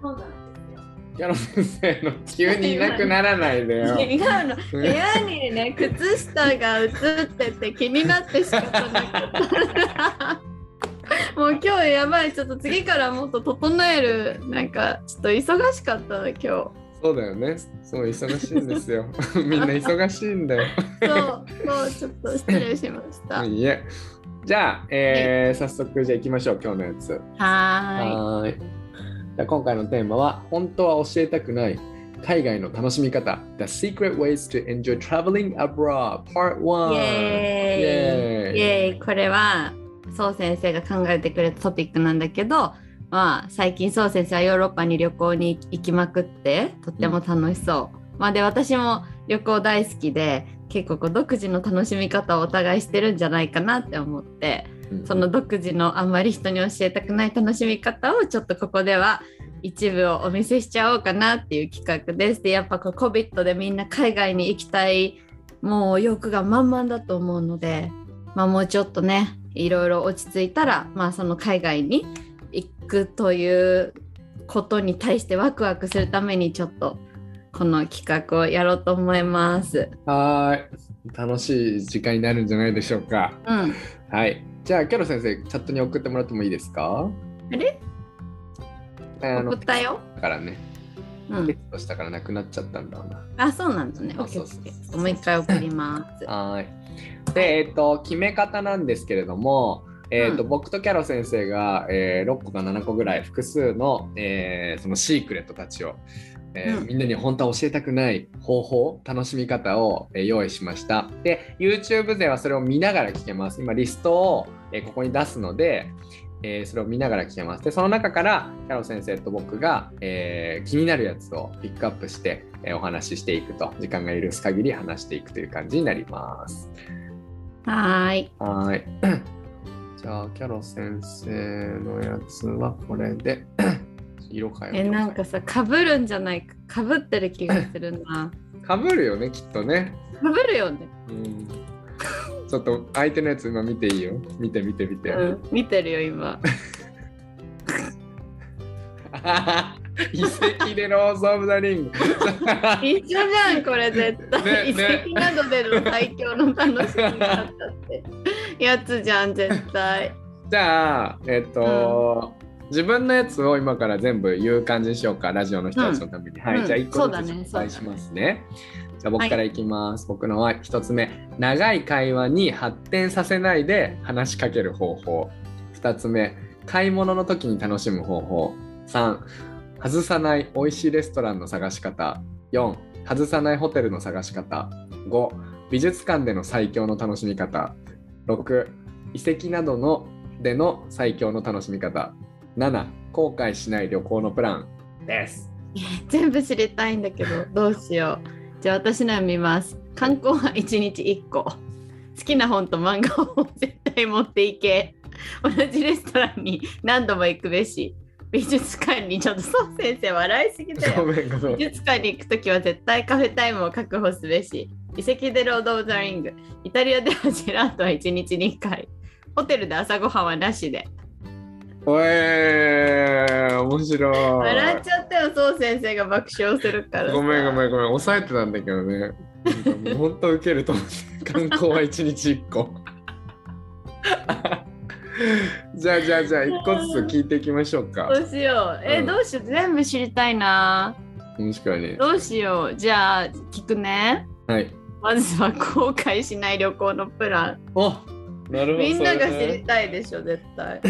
[SPEAKER 2] そうなんですよ
[SPEAKER 1] キャロ先生の急にいなくならない
[SPEAKER 2] *laughs*
[SPEAKER 1] でよ
[SPEAKER 2] 違うの部屋にね靴下が映ってて気になって仕方なかったもう今日やばいちょっと次からもっと整えるなんかちょっと忙しかったな今日
[SPEAKER 1] そうだよねそう忙しいんですよ *laughs* みんな忙しいんだよ
[SPEAKER 2] そう、そう、ちょっと失礼しました。
[SPEAKER 1] いいえじゃあ、えー早速じゃあ行きましょう今日のやつ
[SPEAKER 2] は
[SPEAKER 1] はーいで今回のテーマは、本当は教えたくない海外の楽しみ方 The Secret Ways to Enjoy Traveling Abroad Part 1!
[SPEAKER 2] イエー
[SPEAKER 1] イエー
[SPEAKER 2] イイ
[SPEAKER 1] イ
[SPEAKER 2] エーイこれはそう先生が考えてくれたトピックなんだけど、まあ、最近そう先生はヨーロッパに旅行に行きまくってとっても楽しそう。まあ、で私も旅行大好きで結構こう独自の楽しみ方をお互いしてるんじゃないかなって思って
[SPEAKER 1] うん
[SPEAKER 2] その独自のあんまり人に教えたくない楽しみ方をちょっとここでは一部をお見せしちゃおうかなっていう企画です。でやっぱこう COVID でみんな海外に行きたいもう欲が満々だと思うので、まあ、もうちょっとねいろいろ落ち着いたら、まあ、その海外に行くということに対してワクワクするためにちょっとこの企画をやろうと思います。
[SPEAKER 1] はーい。楽しい時間になるんじゃないでしょうか。
[SPEAKER 2] うん、
[SPEAKER 1] はい。じゃあ、キャロ先生、チャットに送ってもらってもいいですか
[SPEAKER 2] あれ
[SPEAKER 1] あの、
[SPEAKER 2] 送ったよ。
[SPEAKER 1] だからね、
[SPEAKER 2] う
[SPEAKER 1] テス
[SPEAKER 2] ん、
[SPEAKER 1] トしたからなくなっちゃったんだろうな。
[SPEAKER 2] あそうなんだね。オッケーオッケーもう一回送ります。
[SPEAKER 1] はい。で、えっ、と、決め方なんですけれども、えっ、と、
[SPEAKER 2] うん
[SPEAKER 1] 僕とキャロ先生が、え6個か7個ぐらい複数の、えーそのシークレットたちを、えー
[SPEAKER 2] うん
[SPEAKER 1] みんなに本当は教えたくない方法、楽しみ方を、えー用意しました。で、YouTube ではそれを見ながら聞けます。今、リストを、えーここに出すので、えーそれを見ながら聞けます。で、その中から、キャロ先生と僕が、えー気になるやつをピックアップして、えーお話ししていくと、時間が許す限り話していくという感じになります。
[SPEAKER 2] はーい。
[SPEAKER 1] はーい。 *coughs* じゃあ、キャロ先生のやつはこれで、 *coughs* 色変えよ
[SPEAKER 2] え
[SPEAKER 1] う
[SPEAKER 2] なんかさかぶるんじゃないかかぶってる気がするな
[SPEAKER 1] かぶるよね、きっとね。
[SPEAKER 2] かぶるよね、
[SPEAKER 1] うん。ちょっと相手のやつ今見ていいよ。見て見て見て。
[SPEAKER 2] うん、見てるよ *laughs* 今
[SPEAKER 1] *laughs* 遺跡でローズ・オブ・ザ・リング。 *laughs*
[SPEAKER 2] 一緒じゃんこれ絶対、
[SPEAKER 1] ねね
[SPEAKER 2] 遺跡などでの最強の楽しみ方って *laughs* やつじゃん絶対 *laughs*
[SPEAKER 1] じゃあ、えっ、と、自分のやつを今から全部言う感じにしようか、ラジオの人たちのために。はい、
[SPEAKER 2] うん
[SPEAKER 1] じゃあ1個
[SPEAKER 2] そうだ
[SPEAKER 1] ずつ
[SPEAKER 2] ね
[SPEAKER 1] 紹介しますね。じゃあ
[SPEAKER 2] は
[SPEAKER 1] 僕
[SPEAKER 2] い
[SPEAKER 1] からいきます。僕のは1つ目、長い会話に発展させないで話しかける方法。2つ目、買い物の時に楽しむ方法。3、外さない美味しいレストランの探し方。4、外さないホテルの探し方。5、美術館での最強の楽しみ方。6、遺跡などのでの最強の楽しみ方7後悔しない旅行のプランです
[SPEAKER 2] 全部知りたいんだけどどうしようじゃあ私のは見ます観光は1日1個好きな本と漫画を絶対持っていけ同じレストランに何度も行くべし美術館にちょっとそう先生笑いすぎだ
[SPEAKER 1] ご
[SPEAKER 2] よ
[SPEAKER 1] めんごめん
[SPEAKER 2] 美術館に行くときは絶対カフェタイムを確保すべし遺跡でロード・オブ・ザ・リングイタリアではジェラートは1日2回ホテルで朝ごはんはなしで
[SPEAKER 1] おえー面白
[SPEAKER 2] 笑
[SPEAKER 1] い
[SPEAKER 2] っちゃったよそう先生が爆笑するからさ
[SPEAKER 1] ごめんごめんごめん抑えてたんだけどねなんかもうほんとウケると思って観光は1日1個 *laughs* じゃあじゃあじゃあ1個ずつ聞いていきましょうか
[SPEAKER 2] どうしよう。え、
[SPEAKER 1] うん
[SPEAKER 2] どうしよう。全部知りたいな。
[SPEAKER 1] 確かに
[SPEAKER 2] どうしよう。じゃあ、聞くね。
[SPEAKER 1] はい
[SPEAKER 2] まずは後悔しない旅行のプラン。
[SPEAKER 1] おなるほど
[SPEAKER 2] みんなが
[SPEAKER 1] そ
[SPEAKER 2] 知
[SPEAKER 1] れね
[SPEAKER 2] りたいでしょ、絶対。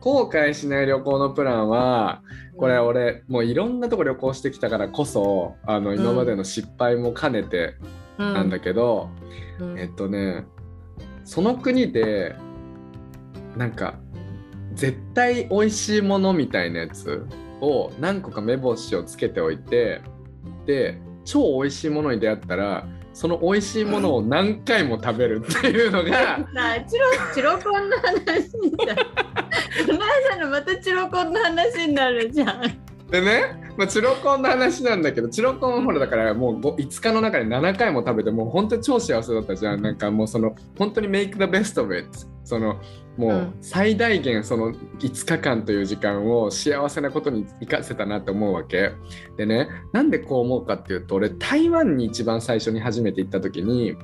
[SPEAKER 1] 後悔しない旅行のプランはこれ俺もういろんなとこ旅行してきたからこそあの今までの失敗も兼ねて
[SPEAKER 2] うん、
[SPEAKER 1] なんだけど、
[SPEAKER 2] うん
[SPEAKER 1] えっとねその国でなんか絶対美味しいものみたいなやつを何個か目星をつけておいてで超美味しいものに出会ったらその美味しいものを何回も食べるっていうのが。
[SPEAKER 2] なあ、チロ、チロコンの話みたい。この間のまたチロコンの話になるじゃん。
[SPEAKER 1] でね、まあ、チロコンの話なんだけどチロコンはほらだからもうご5日の中で7回も食べてもう本当に超幸せだったじゃんなんかもうその本当に make the best of it そのも
[SPEAKER 2] う
[SPEAKER 1] うん最大限その5日間という時間を幸せなことに生かせたなって思うわけでねなんでこう思うかっていうと俺台湾に一番最初に初めて行った時に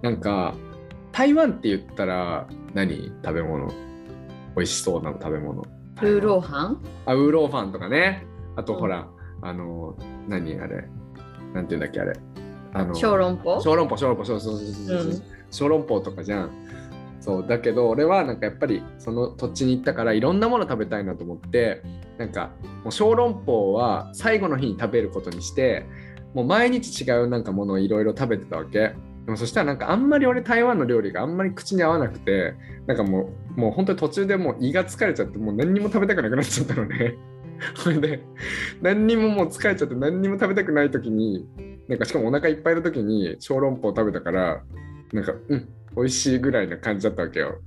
[SPEAKER 1] なんか台湾って言ったら何食べ物美味しそうな食べ物
[SPEAKER 2] プーローハン
[SPEAKER 1] あウーローファンとかねあとほら、あの何あれなんていうんだっけあれあの
[SPEAKER 2] 小籠包
[SPEAKER 1] 小籠包小籠包そうそうそうそうそう、
[SPEAKER 2] うん
[SPEAKER 1] 小籠包とかじゃんそうだけど俺はなんかやっぱりその土地に行ったからいろんなもの食べたいなと思ってなんかもう小籠包は最後の日に食べることにしてもう毎日違うなんかものをいろいろ食べてたわけでもそしたらなんかあんまり俺台湾の料理があんまり口に合わなくてなんかもうもう本当に途中でもう胃が疲れちゃってもう何にも食べたくなくなっちゃったのね *laughs* それで何にももう疲れちゃって何にも食べたくない時になんかしかもお腹いっぱいの時に小籠包を食べたからなんかうん美味しいぐらいな感じだったわけよ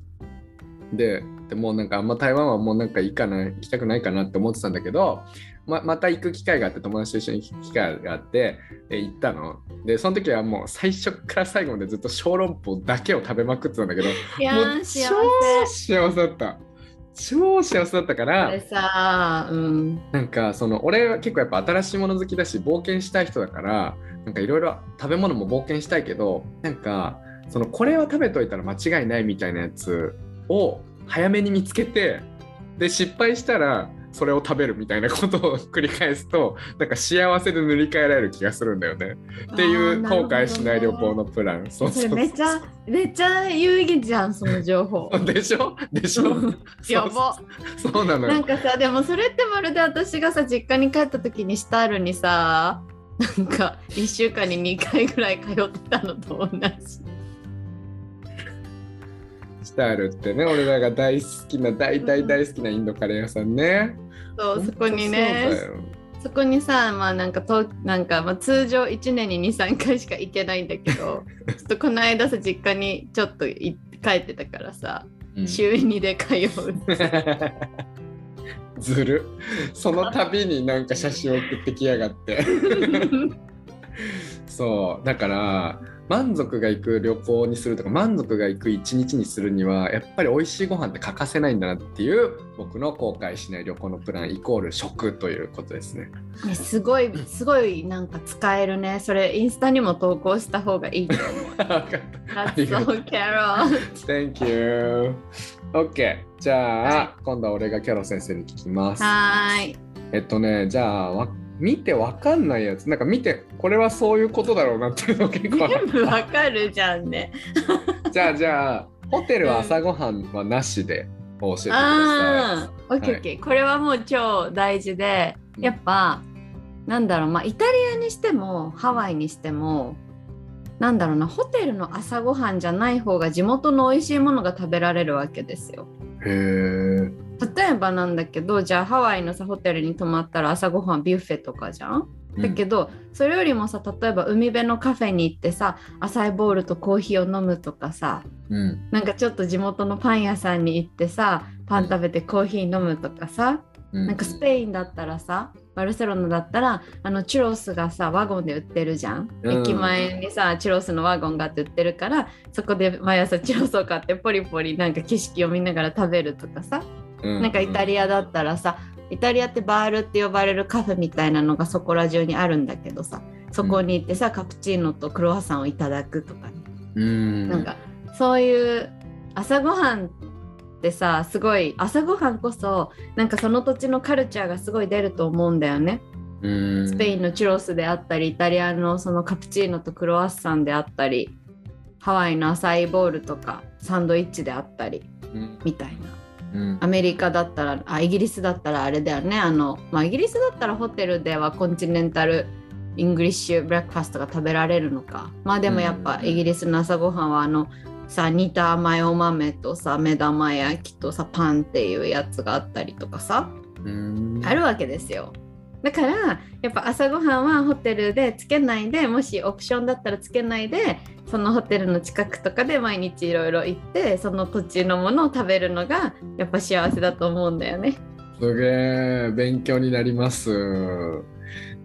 [SPEAKER 1] ででもうなんかあんま台湾はもうなんかいいかな行きたくないかなって思ってたんだけどままた行く機会があって友達と一緒に行く機会があってえ行ったのでその時はもう最初から最後までずっと小籠包だけを食べまくってたんだけど
[SPEAKER 2] いや
[SPEAKER 1] も
[SPEAKER 2] ー
[SPEAKER 1] う
[SPEAKER 2] 幸せ
[SPEAKER 1] 超幸せだった超幸せだったから
[SPEAKER 2] あれさうん
[SPEAKER 1] なんかその俺は結構やっぱ新しいもの好きだし冒険したい人だからなんかいろいろ食べ物も冒険したいけどなんかそのこれは食べといたら間違いないみたいなやつを早めに見つけてで失敗したらそれを食べるみたいなことを *laughs* 繰り返すとなんか幸せで塗り替えられる気がするんだよね。っていう
[SPEAKER 2] あー
[SPEAKER 1] 後悔しない旅行のプラン。そう
[SPEAKER 2] そ
[SPEAKER 1] そうそう
[SPEAKER 2] れめっちゃめっちゃ有意義じゃんその情 *laughs* 報
[SPEAKER 1] でしょでしょ
[SPEAKER 2] うんやば
[SPEAKER 1] そうそうなの
[SPEAKER 2] なん
[SPEAKER 1] よ。
[SPEAKER 2] かさでもそれってまるで私がさ実家に帰った時にシタールにさなんか1週間に2回ぐらい通ってたのと同じ
[SPEAKER 1] シタールってね俺らが大好きな大大大好きなインドカレー屋さんね。
[SPEAKER 2] そう
[SPEAKER 1] 本
[SPEAKER 2] そ
[SPEAKER 1] 当
[SPEAKER 2] こに
[SPEAKER 1] そうだ
[SPEAKER 2] ね
[SPEAKER 1] よ
[SPEAKER 2] そこにさまあなんかとなんか、まあ、通常1年に23回しか行けないんだ
[SPEAKER 1] *laughs*
[SPEAKER 2] けどちょっとこの間さ実家にちょっとい帰ってたからさ
[SPEAKER 1] うん
[SPEAKER 2] 週2で
[SPEAKER 1] *laughs*
[SPEAKER 2] 通う
[SPEAKER 1] ずるその度になんか写真送ってきやがってそうだから満足がいく旅行にするとか満足がいく一日にするにはやっぱり美味しいご飯って欠かせないんだなっていう僕の後悔しない旅行のプランイコール食ということですね。 *laughs*
[SPEAKER 2] ねすごいすごいなんか使えるねそれインスタにも投稿した方がいいと
[SPEAKER 1] *laughs*
[SPEAKER 2] 思う
[SPEAKER 1] わかったあり
[SPEAKER 2] That's
[SPEAKER 1] がと
[SPEAKER 2] so Carol
[SPEAKER 1] Thank you. OK じゃあ、今度は俺がキャロ先生に聞きます。
[SPEAKER 2] はーい
[SPEAKER 1] えっとね、じゃあわ見てわかんないやつ、なんか見てこれはそういうことだろうなっていうの結
[SPEAKER 2] *laughs*
[SPEAKER 1] 構あ
[SPEAKER 2] 全
[SPEAKER 1] る。
[SPEAKER 2] 部わかるじゃんね
[SPEAKER 1] じゃあじゃあホテルは朝ごはんはなしで教えてくださ
[SPEAKER 2] ああ、オッケーオッケー、これはもう超大事で、
[SPEAKER 1] うん
[SPEAKER 2] やっぱなんだろうまあイタリアにしてもハワイにしてもなんだろうなホテルの朝ごはんじゃない方が地元の美味しいものが食べられるわけですよ。
[SPEAKER 1] い。へえ。
[SPEAKER 2] 例えばなんだけどじゃあハワイのさホテルに泊まったら朝ごはんビュッフェとかじゃんだけど、それよりもさ例えば海辺のカフェに行ってさ浅いボールとコーヒーを飲むとかさ
[SPEAKER 1] うん、うん
[SPEAKER 2] なんかちょっと地元のパン屋さんに行ってさパン食べてコーヒー飲むとかさ、
[SPEAKER 1] うん、
[SPEAKER 2] なんかスペインだったらさバルセロナだったらあのチュロスがさワゴンで売ってるじゃん、
[SPEAKER 1] うん
[SPEAKER 2] 駅前にさチュロスのワゴンがあって売ってるからそこで毎朝チュロスを買ってポリポリなんか景色を見ながら食べるとかさ、
[SPEAKER 1] う
[SPEAKER 2] なんかイタリアだったらさイタリアってバールって呼ばれるカフェみたいなのがそこら中にあるんだけどさそこに行ってさ、カプチーノとクロワッサンをいただくとかね
[SPEAKER 1] うん
[SPEAKER 2] なんかそういう朝ごはんってさすごい朝ごはんこそなんかその土地のカルチャーがすごい出ると思うんだよね。
[SPEAKER 1] うん
[SPEAKER 2] スペインのチュロスであったりイタリアのそのカプチーノとクロワッサンであったりハワイのアサイーボールとかサンドイッチであったり
[SPEAKER 1] うん
[SPEAKER 2] みたいな。
[SPEAKER 1] うん
[SPEAKER 2] アメリカだったらあイギリスだったらあれだよねあの、まあ、イギリスだったらホテルではコンチネンタルイングリッシュブラックファストが食べられるのかまあでもやっぱ
[SPEAKER 1] うん
[SPEAKER 2] イギリスの朝ごはんはあのさ煮た甘いお豆とさ目玉焼きとさパンっていうやつがあったりとかさ
[SPEAKER 1] うん
[SPEAKER 2] あるわけですよだからやっぱ朝ごはんはホテルでつけないでもしオプションだったらつけないでそのホテルの近くとかで毎日いろいろ行ってその土地のものを食べるのがやっぱ幸せだと思うんだよね。
[SPEAKER 1] すげえ勉強になります。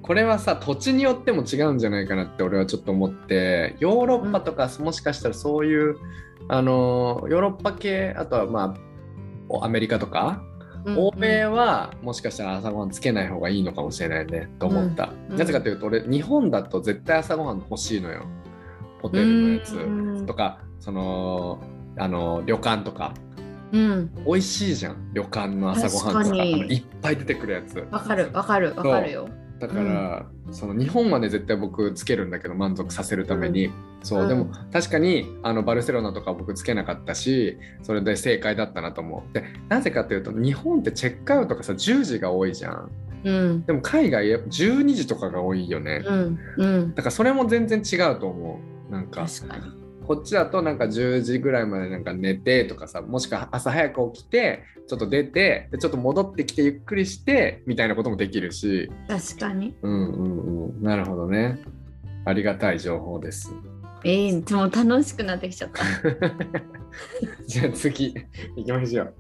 [SPEAKER 1] これはさ土地によっても違うんじゃないかなって俺はちょっと思ってヨーロッパとか、もしかしたらそういうあのヨーロッパ系あとはまあおアメリカとか、欧米はもしかしたら朝ごはんつけない方がいいのかもしれないねと思った、
[SPEAKER 2] うん
[SPEAKER 1] なぜかというと俺日本だと絶対朝ごはん欲しいのよホテルのやつとかそのあの旅館とか
[SPEAKER 2] うん
[SPEAKER 1] 美味しいじゃん旅館の朝ごはんとか
[SPEAKER 2] 確かに
[SPEAKER 1] あのいっぱい出てくるやつ
[SPEAKER 2] わかるわかるわかるよ。
[SPEAKER 1] だから、その日本まで絶対僕つけるんだけど満足させるために、そう、
[SPEAKER 2] うん
[SPEAKER 1] でも確かにあのバルセロナとか僕つけなかったしそれで正解だったなと思うでなぜかっていうと日本ってチェックアウトがさ10時が多いじゃん
[SPEAKER 2] うん
[SPEAKER 1] でも海外やっぱ12時とかが多いよね、
[SPEAKER 2] うんうん
[SPEAKER 1] だからそれも全然違うと思うなんか
[SPEAKER 2] 確かに
[SPEAKER 1] こっちだとなんか10時ぐらいまでなんか寝てとかさもしくは朝早く起きてちょっと出てでちょっと戻ってきてゆっくりしてみたいなこともできるし
[SPEAKER 2] 確かに
[SPEAKER 1] うんうんうんなるほどねありがたい情報です *laughs*
[SPEAKER 2] えー、でも楽しくなってきちゃった *laughs*
[SPEAKER 1] じゃあ次行きましょう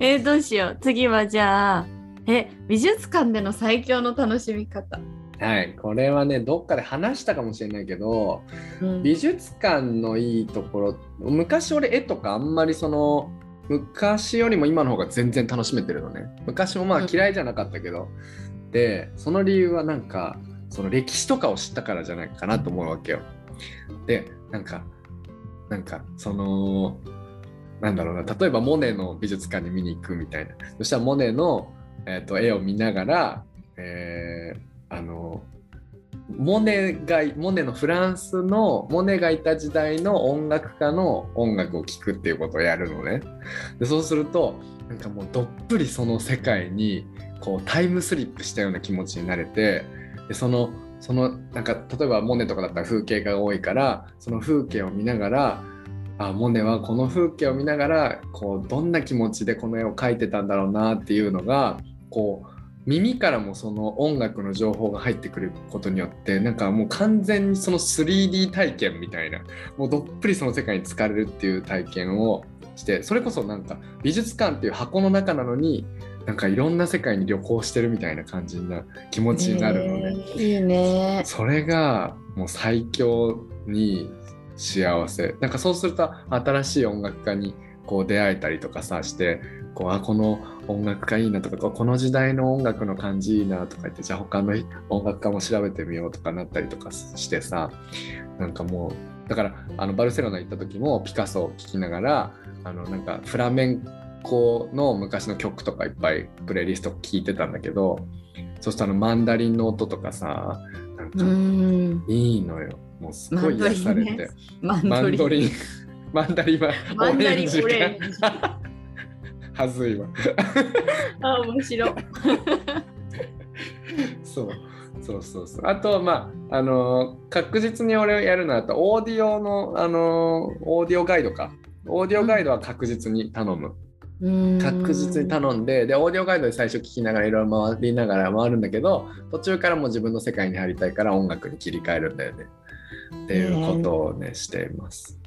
[SPEAKER 2] えー、どうしよう次はじゃあえ美術館での最強の楽しみ方、
[SPEAKER 1] はいこれはねどっかで話したかもしれないけど
[SPEAKER 2] うん
[SPEAKER 1] 美術館のいいところ昔俺絵とかあんまりその昔よりも今の方が全然楽しめてるのね昔もまあ
[SPEAKER 2] うん
[SPEAKER 1] 嫌いじゃなかったけど、でその理由はなんかその歴史とかを知ったからじゃないかなと思うわけよでなんかなんかそのなんだろうな例えばモネの美術館に見に行くみたいなそしたらモネの、えー、と絵を見ながら、えーあのモネがモネのフランスのモネがいた時代の音楽家の音楽を聴くっていうことをやるのね。でそうするとなんかもうどっぷりその世界にこうタイムスリップしたような気持ちになれてでそのそのなんか例えばモネとかだったら風景が多いからその風景を見ながらあモネはこの風景を見ながらこうどんな気持ちでこの絵を描いてたんだろうなっていうのがこう耳からもその音楽の情報が入ってくることによってなんかもう完全にその 3D 体験みたいなもうどっぷりその世界に浸かれるっていう体験をしてそれこそなんか美術館っていう箱の中なのになんかいろんな世界に旅行してるみたいな感じな気持ちになるのね。
[SPEAKER 2] えーいいね
[SPEAKER 1] それがもう最強に幸せなんかそうすると新しい音楽家にこう出会えたりとかさしてこうあこの音楽家いいなとかこうこの時代の音楽の感じいいなとか言ってじゃあ他の音楽家も調べてみようとかなったりとかしてさなんかもうだからあのバルセロナ行った時もピカソを聴きながらあのなんかフラメンコの昔の曲とかいっぱいプレイリスト聴いてたんだけどそしたらあのマンダリンの音とかさなん
[SPEAKER 2] う
[SPEAKER 1] か
[SPEAKER 2] ん
[SPEAKER 1] いいのよ。もうすごい癒されて。
[SPEAKER 2] *laughs* マ
[SPEAKER 1] マン
[SPEAKER 2] ン
[SPEAKER 1] ド
[SPEAKER 2] ド
[SPEAKER 1] リ
[SPEAKER 2] リ
[SPEAKER 1] ン
[SPEAKER 2] ン。
[SPEAKER 1] マンダリンは
[SPEAKER 2] マ
[SPEAKER 1] オ
[SPEAKER 2] ンダ
[SPEAKER 1] レ
[SPEAKER 2] リ
[SPEAKER 1] ン
[SPEAKER 2] ン
[SPEAKER 1] ジ
[SPEAKER 2] オレ
[SPEAKER 1] か。
[SPEAKER 2] ンジ
[SPEAKER 1] はずいわ。
[SPEAKER 2] あ面白い
[SPEAKER 1] そう。そうそうそうあとはまああのー確実に俺やるのはあとオーディオのあのーオーディオガイドかオーディオガイドは確実に頼む、確実に頼んででオーディオガイドで最初聞きながらいろいろ回りながら回るんだけど途中からもう自分の世界に入りたいから音楽に切り替えるんだよねっていうことをねしています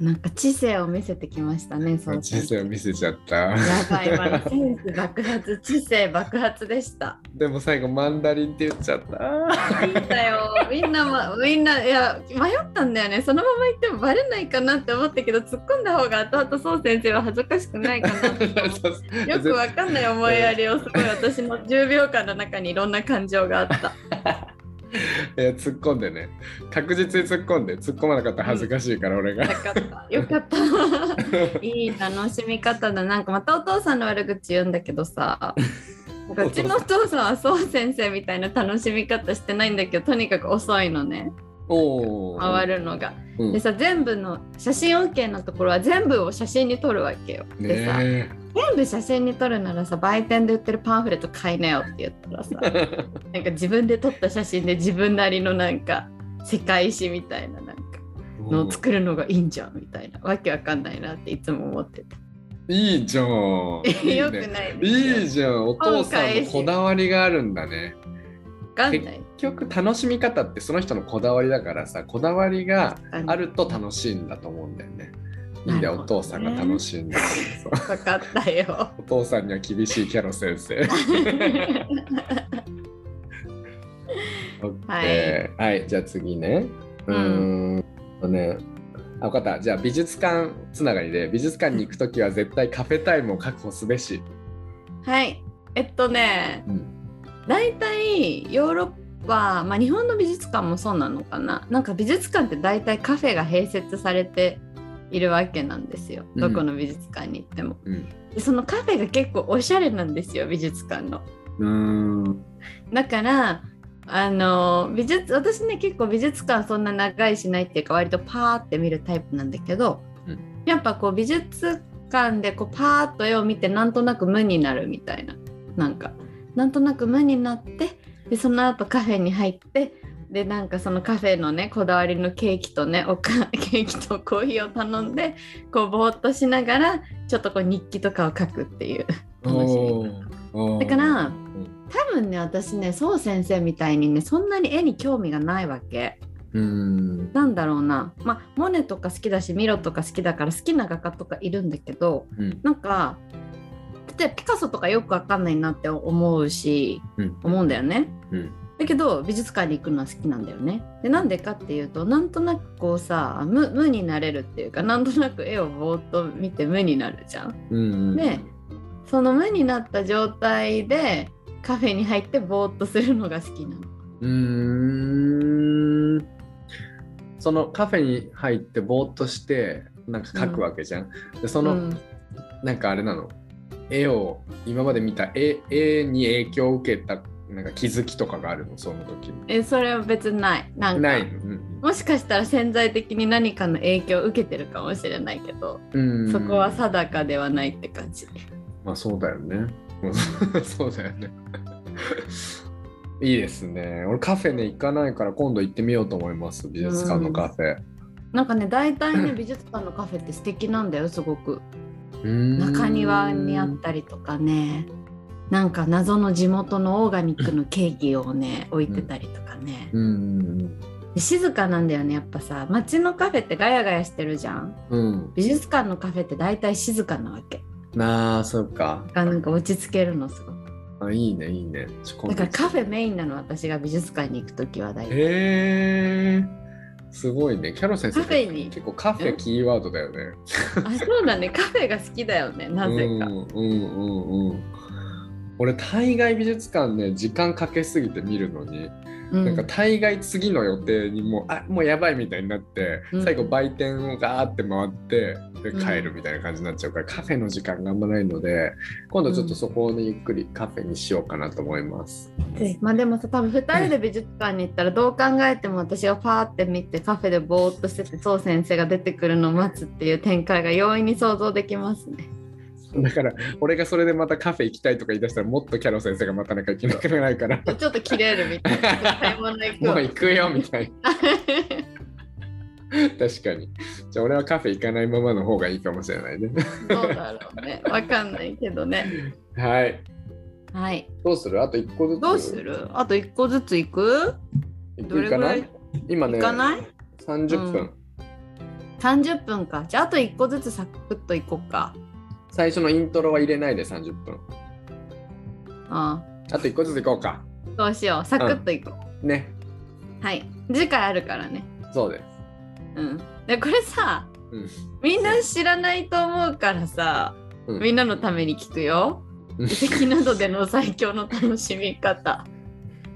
[SPEAKER 2] なんか知性を見せてきましたねそう
[SPEAKER 1] 人生を見せちゃった
[SPEAKER 2] やばい今のセンス爆発知性爆発でした
[SPEAKER 1] でも最後マンダリンって言っちゃった。
[SPEAKER 2] いいんだよみんな、ま、みんないや迷ったんだよねそのまま言ってもバレないかなって思ったけど突っ込んだ方が後々そう先生は恥ずかしくないかな
[SPEAKER 1] *laughs*
[SPEAKER 2] って思ってよくわかんない思いやりをすごい私の10秒間の中にいろんな感情があった。
[SPEAKER 1] いや突っ込んでね。確実に突っ込んで突っ込まなかったら恥ずかしいから、俺が。
[SPEAKER 2] よかった。よかった。いい楽しみ方だ。なんかまたお父さんの悪口言うんだけどさ。うちのお父さんはそう先生みたいな楽しみ方してないんだけどとにかく遅いのね
[SPEAKER 1] おお。
[SPEAKER 2] 回。るのが。
[SPEAKER 1] うん、
[SPEAKER 2] で
[SPEAKER 1] ね
[SPEAKER 2] さ全部の写真 OK のところは全部を写真に撮るわけよ。でさ
[SPEAKER 1] え。
[SPEAKER 2] 全部写真に撮るならさ売店で売ってるパンフレット買いなよって言ったらさなんか自分で撮った写真で自分なりのなんか世界史みたいななんかのを作るのがいいんじゃんみたいなわけわかんないなっていつも思ってた。
[SPEAKER 1] いいじゃん。いい
[SPEAKER 2] *laughs* よく
[SPEAKER 1] ね
[SPEAKER 2] ないですよ
[SPEAKER 1] いいじゃん。お父さんのこだわりがあるんだね。
[SPEAKER 2] わかんない。
[SPEAKER 1] 結局楽しみ方ってその人のこだわりだからさ、こだわりがあると楽しいんだと思うんだよね。いいんだよ、
[SPEAKER 2] な
[SPEAKER 1] お
[SPEAKER 2] るほどね
[SPEAKER 1] 父さんが楽しいんだから
[SPEAKER 2] *laughs*
[SPEAKER 1] そう
[SPEAKER 2] わかっ
[SPEAKER 1] *laughs*
[SPEAKER 2] たよ。
[SPEAKER 1] お父さんには厳しいキャロ先生。は
[SPEAKER 2] はい
[SPEAKER 1] い、はい、じゃあ次ね。う
[SPEAKER 2] う
[SPEAKER 1] ーんとね。あ、分かった。じゃあ美術館つながりで美術館に行くときは絶対カフェタイムを確保すべし。
[SPEAKER 2] はい。えっとね
[SPEAKER 1] うん。
[SPEAKER 2] 大体ヨーロッパ、まあ、日本の美術館もそうなのかななんか美術館って大体カフェが併設されているわけなんですよどこの美術館に行っても。
[SPEAKER 1] うん
[SPEAKER 2] でそのカフェが結構おしゃれなんですよ美術館の。
[SPEAKER 1] うーん。
[SPEAKER 2] だからあの美術私ね結構美術館そんな長いしないっていうか割とパーって見るタイプなんだけど、
[SPEAKER 1] うん
[SPEAKER 2] やっぱこう美術館でこうパーっと絵を見てなんとなく無になるみたいななんかなんとなく無になってでその後カフェに入ってでなんかそのカフェのねこだわりのケーキとねおか *laughs* ケーキとコーヒーを頼んでこうぼーっとしながらちょっとこう日記とかを書くっていう楽しみ
[SPEAKER 1] おー
[SPEAKER 2] だから
[SPEAKER 1] うん
[SPEAKER 2] 多分ね私ねそう先生みたいにねそんなに絵に興味がないわけ
[SPEAKER 1] うん
[SPEAKER 2] なんだろうなまあモネとか好きだしミロとか好きだから好きな画家とかいるんだけど
[SPEAKER 1] うん
[SPEAKER 2] なんか例えばピカソとかよくわかんないなって思うし
[SPEAKER 1] うん
[SPEAKER 2] 思うんだよね
[SPEAKER 1] うん
[SPEAKER 2] だけど美術館に行くのは好きなんだよねでなんでかっていうとなんとなくこうさ無無になれるっていうかなんとなく絵をぼーっと見て無になるじゃん
[SPEAKER 1] うん
[SPEAKER 2] でその無になった状態でカフェに入ってぼーっとするのが好きなの。
[SPEAKER 1] うーんそのカフェに入ってぼーっとしてなんか書くわけじゃん、でその、
[SPEAKER 2] うん
[SPEAKER 1] なんかあれなの絵を今まで見た絵絵に影響を受けたなんか気づきとかがあるのその時
[SPEAKER 2] えそれは別にないなんか
[SPEAKER 1] ないの、うん
[SPEAKER 2] もしかしたら潜在的に何かの影響を受けてるかもしれないけど、
[SPEAKER 1] うん
[SPEAKER 2] そこは定かではないって感じ。
[SPEAKER 1] まあそうだよね。 *laughs* そうだよね。 *laughs* いいですね。俺カフェね行かないから今度行ってみようと思います。美術館のカフェ。
[SPEAKER 2] なんかね大体ね美術館のカフェって素敵なんだよすごく。
[SPEAKER 1] うーん
[SPEAKER 2] 中庭にあったりとかねなんか謎の地元のオーガニックのケーキをね置いてたりとかね。
[SPEAKER 1] うん
[SPEAKER 2] で静かなんだよねやっぱさ街のカフェってガヤガヤしてるじゃん
[SPEAKER 1] うんうん。
[SPEAKER 2] 美術館のカフェって大体静かなわけ
[SPEAKER 1] なあ、そうか。
[SPEAKER 2] がなんか落ち着けるのすごく
[SPEAKER 1] あいいね、いいね。ちょ今
[SPEAKER 2] だ
[SPEAKER 1] 度
[SPEAKER 2] からカフェメインなの私が美術館に行く時は大体
[SPEAKER 1] へえ。すごいね。キャロ先生。
[SPEAKER 2] カフェに
[SPEAKER 1] 結構カフェキーワードだよね。
[SPEAKER 2] あそうだねカフェが好きだよねなぜ
[SPEAKER 1] うん
[SPEAKER 2] か
[SPEAKER 1] うんうんうん。俺大概美術館ね時間かけすぎて見るのに
[SPEAKER 2] うん
[SPEAKER 1] なんか大概次の予定にもうあもうやばいみたいになって、
[SPEAKER 2] うん
[SPEAKER 1] 最後売店をガーって回ってで
[SPEAKER 2] うん
[SPEAKER 1] 帰るみたいな感じになっちゃうから、カフェの時間があんまないので今度ちょっとそこをねゆっくりカフェにしようかなと思います。
[SPEAKER 2] でまあでもさ多分2人で美術館に行ったらどう考えても私がパーって見てカフェでぼーっとしててそう先生が出てくるのを待つっていう展開が容易に想像できますね
[SPEAKER 1] だから俺がそれでまたカフェ行きたいとか言い出したらもっとキャロ先生がまたなんか行けなくなるから
[SPEAKER 2] *laughs* ちょっと切れるみたいな買い物行く
[SPEAKER 1] も
[SPEAKER 2] わ
[SPEAKER 1] う行くよみたい *laughs* な確かにじゃあ俺はカフェ行かないままの方がいいかもしれないね
[SPEAKER 2] どうだろうね。わかんないけど *laughs* ね。
[SPEAKER 1] はい
[SPEAKER 2] はい。
[SPEAKER 1] どうするあと1個ずつ
[SPEAKER 2] どうするあと1個ずつ行く
[SPEAKER 1] 行
[SPEAKER 2] ど
[SPEAKER 1] く
[SPEAKER 2] れ
[SPEAKER 1] 行
[SPEAKER 2] ぐ
[SPEAKER 1] からないい今ね
[SPEAKER 2] 行かない
[SPEAKER 1] 30分、
[SPEAKER 2] うん ?30 分か。じゃああと1個ずつサクッと行こうか。
[SPEAKER 1] 最初のイントロは入れないで30分
[SPEAKER 2] あ
[SPEAKER 1] あと1個ずついこうか
[SPEAKER 2] あそうしよう。サクッと行こう。
[SPEAKER 1] ね
[SPEAKER 2] はい。次回あるからね。
[SPEAKER 1] そうです
[SPEAKER 2] うん。でこれさ、
[SPEAKER 1] うん
[SPEAKER 2] みんな知らないと思うからさ、
[SPEAKER 1] うん
[SPEAKER 2] みんなのために聞くよ。
[SPEAKER 1] うん
[SPEAKER 2] 遺跡などでの最強の楽しみ方。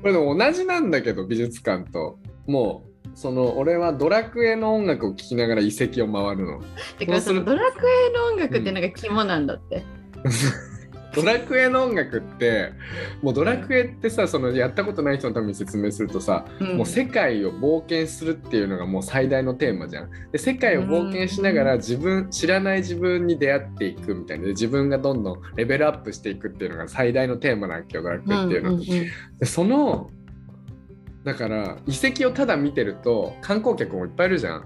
[SPEAKER 1] これでも同じなんだけど美術館ともうその俺はドラクエの音楽を聴きながら遺跡を回るの
[SPEAKER 2] てか
[SPEAKER 1] そうす
[SPEAKER 2] そ
[SPEAKER 1] る
[SPEAKER 2] のドラクエの音楽ってなんか肝なんだって。
[SPEAKER 1] ドラクエの音楽ってもうドラクエってさそのやったことない人のために説明するとさ、
[SPEAKER 2] うん
[SPEAKER 1] もう世界を冒険するっていうのがもう最大のテーマじゃん。で世界を冒険しながら自分知らない自分に出会っていくみたいなで自分がどんどんレベルアップしていくっていうのが最大のテーマなんけどドラクエっていうのは。
[SPEAKER 2] うんうんうん
[SPEAKER 1] でそのだから遺跡をただ見てると観光客もいっぱいいるじゃん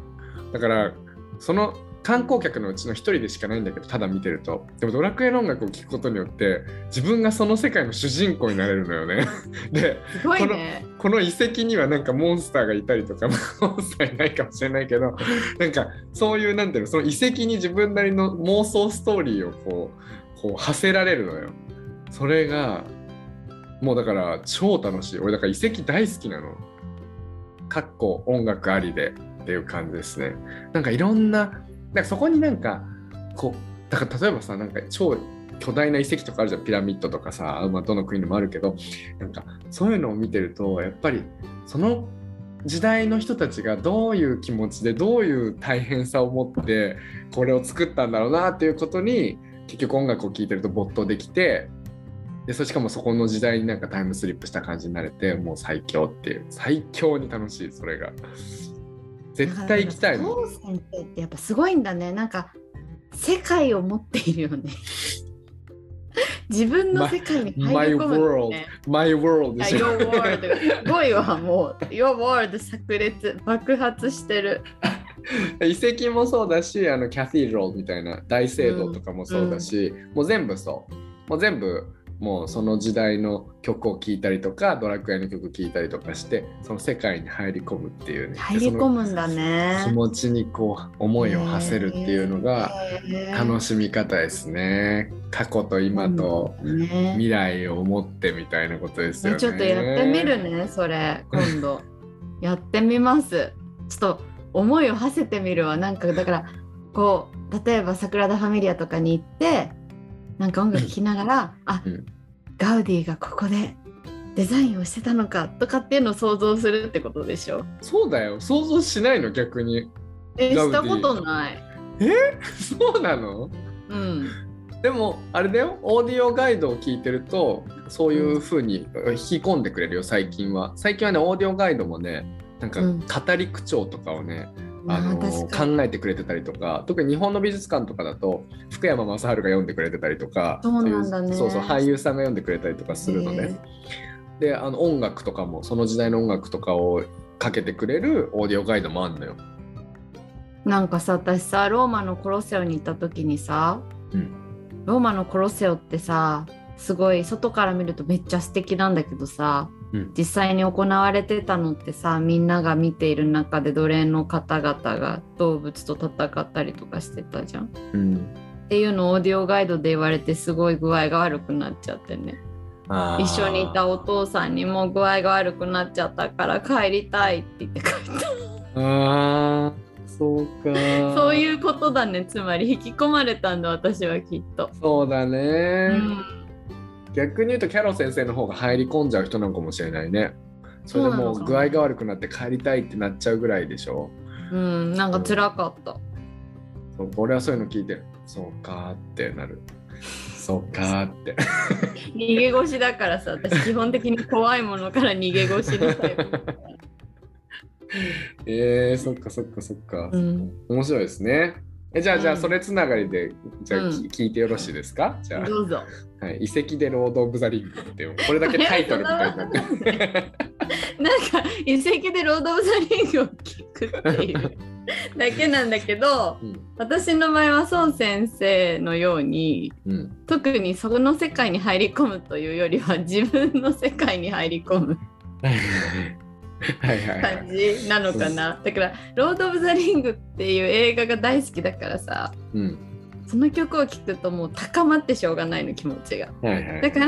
[SPEAKER 1] だからその観光客のうちの一人でしかないんだけどただ見てるとでもドラクエの音楽を聴くことによって自分がその世界の主人公になれるのよね *laughs* です
[SPEAKER 2] ごいね。
[SPEAKER 1] この遺跡にはなんかモンスターがいたりとか *laughs* モンスターいないかもしれないけどなんかそういうなんていうのその遺跡に自分なりの妄想ストーリーをこうこう馳せられるのよそれがもうだから超楽しい俺だから遺跡大好きなのかっこ音楽ありでっていう感じですねなんかいろんななんかそこになんかこうだから例えばさなんか超巨大な遺跡とかあるじゃんピラミッドとかさ、まあ、どの国でもあるけどなんかそういうのを見てるとやっぱりその時代の人たちがどういう気持ちでどういう大変さを持ってこれを作ったんだろうなっていうことに結局音楽を聴いてると没頭できてででそしかもそこの時代になんかタイムスリップした感じになれてもう最強っていう最強に楽しいそれが絶対行きたいもん
[SPEAKER 2] 高専生ってやっぱすごいんだねなんか世界を持っているよね *laughs* 自分の世界に入り込むんだね
[SPEAKER 1] My world で
[SPEAKER 2] あ
[SPEAKER 1] し
[SPEAKER 2] Your
[SPEAKER 1] ょ
[SPEAKER 2] world すごいわもう Your world 炸裂爆発してる
[SPEAKER 1] 遺跡もそうだしあのキャティローみたいな大聖堂とかもそうだし、もう全部そうもう全部もうその時代の曲を聴いたりとかドラクエの曲聴いたりとかしてその世界に入り込むっていうね
[SPEAKER 2] 入り込むんだ
[SPEAKER 1] でその
[SPEAKER 2] ね
[SPEAKER 1] 気持ちにこう思いを馳せるっていうのが楽
[SPEAKER 2] し
[SPEAKER 1] しみ方ですね過去と今と
[SPEAKER 2] ね
[SPEAKER 1] 未来を思ってみたいなことですよ
[SPEAKER 2] ね
[SPEAKER 1] ね
[SPEAKER 2] ちょっとやってみるねそれ
[SPEAKER 1] *laughs*
[SPEAKER 2] 今度やってみますちょっと思いを馳せてみるわなんかだからこう例えば「桜田ファミリア」とかに行ってなんか音楽聴きながら「あ、
[SPEAKER 1] うん
[SPEAKER 2] ガウディがここでデザインをしてたのか」とかっていうのを想像するってことでしょ
[SPEAKER 1] そうだよ想像しないの逆に *laughs*
[SPEAKER 2] え
[SPEAKER 1] ガウ
[SPEAKER 2] し
[SPEAKER 1] ディ
[SPEAKER 2] たことない。
[SPEAKER 1] そうなの
[SPEAKER 2] うん、
[SPEAKER 1] でもあれだよオーディオガイドを聞いてるとそういう風に引き込んでくれるよ最近は最近はねオーディオガイドもねなんか
[SPEAKER 2] うん
[SPEAKER 1] 語り口調とかをね、あ
[SPEAKER 2] まあ
[SPEAKER 1] の
[SPEAKER 2] 確かに
[SPEAKER 1] 考えてくれてたりとか特に日本の美術館とかだと福山雅治が読んでくれてたりとか
[SPEAKER 2] そうなんだね
[SPEAKER 1] そういうそうそう俳優さんが読んでくれたりとかするのね。であの音楽とかもその時代の音楽とかをかけてくれるオーディオガイドもあんのよ。
[SPEAKER 2] なんかさ私さローマのコロッセオに行った時にさ、
[SPEAKER 1] うん
[SPEAKER 2] ローマのコロッセオってさすごい外から見るとめっちゃ素敵なんだけどさ、
[SPEAKER 1] うん
[SPEAKER 2] 実際に行われてたのってさみんなが見ている中で奴隷の方々が動物と戦ったりとかしてたじゃん。っ
[SPEAKER 1] うん、
[SPEAKER 2] ていうのをオーディオガイドで言われてすごい具合が悪くなっちゃってね一緒にいたお父さんにも具合が悪くなっちゃったから帰りたいって言って帰った。
[SPEAKER 1] あーそうか
[SPEAKER 2] *laughs* そういうことだねつまり引き込まれたんだ私はきっと。
[SPEAKER 1] そうだね。
[SPEAKER 2] うん
[SPEAKER 1] 逆に言うとキャロ先生の方が入り込んじゃう人なのかもしれないねそれでも
[SPEAKER 2] そううなのか
[SPEAKER 1] 具合が悪くなって帰りたいってなっちゃうぐらいでしょ
[SPEAKER 2] うん、なんか辛かった。
[SPEAKER 1] そう俺はそういうの聞いてそうかーってな
[SPEAKER 2] *laughs*
[SPEAKER 1] るそうかーって
[SPEAKER 2] 逃げ腰だからさ、私基本的に怖いものから逃げ腰のタイプ。
[SPEAKER 1] えー、そっかそっかそっか、
[SPEAKER 2] うん、
[SPEAKER 1] 面白いですねえじゃあじゃあ
[SPEAKER 2] うん
[SPEAKER 1] それつながりでじゃあ、
[SPEAKER 2] うん
[SPEAKER 1] き聞いてよろしいですかじゃ
[SPEAKER 2] どうぞ。
[SPEAKER 1] あ、はい、遺跡でロード・オブ・ザ・リングってこれだけタイトルみたいになってる
[SPEAKER 2] なんか遺跡でロード・オブ・ザ・リングを聞くっていうだけなんだけど、
[SPEAKER 1] うん
[SPEAKER 2] 私の場合は孫先生のように、 *laughs*
[SPEAKER 1] うん
[SPEAKER 2] 特にその世界に入り込むというよりは自分の世界に入り込む
[SPEAKER 1] はいはいはい
[SPEAKER 2] 感じなのかな。だから「ロード・オブ・ザ・リング」っていう映画が大好きだからさ
[SPEAKER 1] うん
[SPEAKER 2] その曲を聴くともう高まってしょうがないの気持ちが。
[SPEAKER 1] はいはい
[SPEAKER 2] だから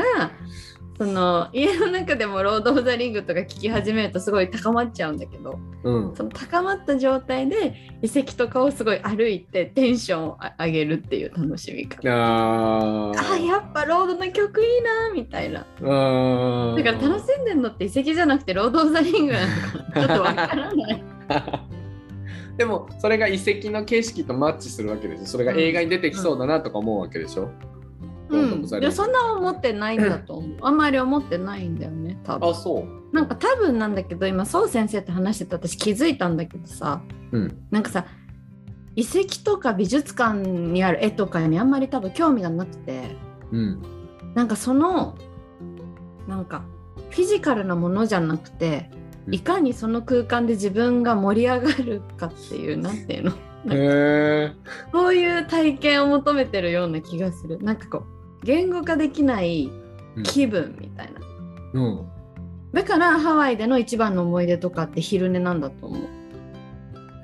[SPEAKER 2] その家の中でも「ロード・オブ・ザ・リング」とか聴き始めるとすごい高まっちゃうんだけど
[SPEAKER 1] うん
[SPEAKER 2] その高まった状態で遺跡とかをすごい歩いてテンションを上げるっていう楽しみか。
[SPEAKER 1] あー
[SPEAKER 2] あやっぱロードの曲いいなみたいな
[SPEAKER 1] だ
[SPEAKER 2] だから楽しんでんのって遺跡じゃなくてロード・オブ・ザ・リングなのかちょっとわからない
[SPEAKER 1] *laughs* でもそれが遺跡の景色とマッチするわけでしょそれが映画に出てきそうだなとか思うわけでしょ、 *laughs* ロードオブザ
[SPEAKER 2] うん、
[SPEAKER 1] リ
[SPEAKER 2] で
[SPEAKER 1] ング
[SPEAKER 2] そんな思ってないんだと思う。あんまり思ってないんだよね、多分
[SPEAKER 1] あ。そう
[SPEAKER 2] なんか多分なんだけど、今、そう先生と話してて私気づいたんだけどさ、
[SPEAKER 1] うん
[SPEAKER 2] なんかさ、遺跡とか美術館にある絵とかにあんまり多分興味がなくて、
[SPEAKER 1] うん
[SPEAKER 2] なんかその、なんかフィジカルなものじゃなくて、
[SPEAKER 1] うん
[SPEAKER 2] いかにその空間で自分が盛り上がるかっていう、なんていうの
[SPEAKER 1] へえ
[SPEAKER 2] そういう体験を求めてるような気がする。なんかこう言語化できない気分みたいな。
[SPEAKER 1] うん
[SPEAKER 2] だからハワイでの一番の思い出とかって昼寝なんだと思う。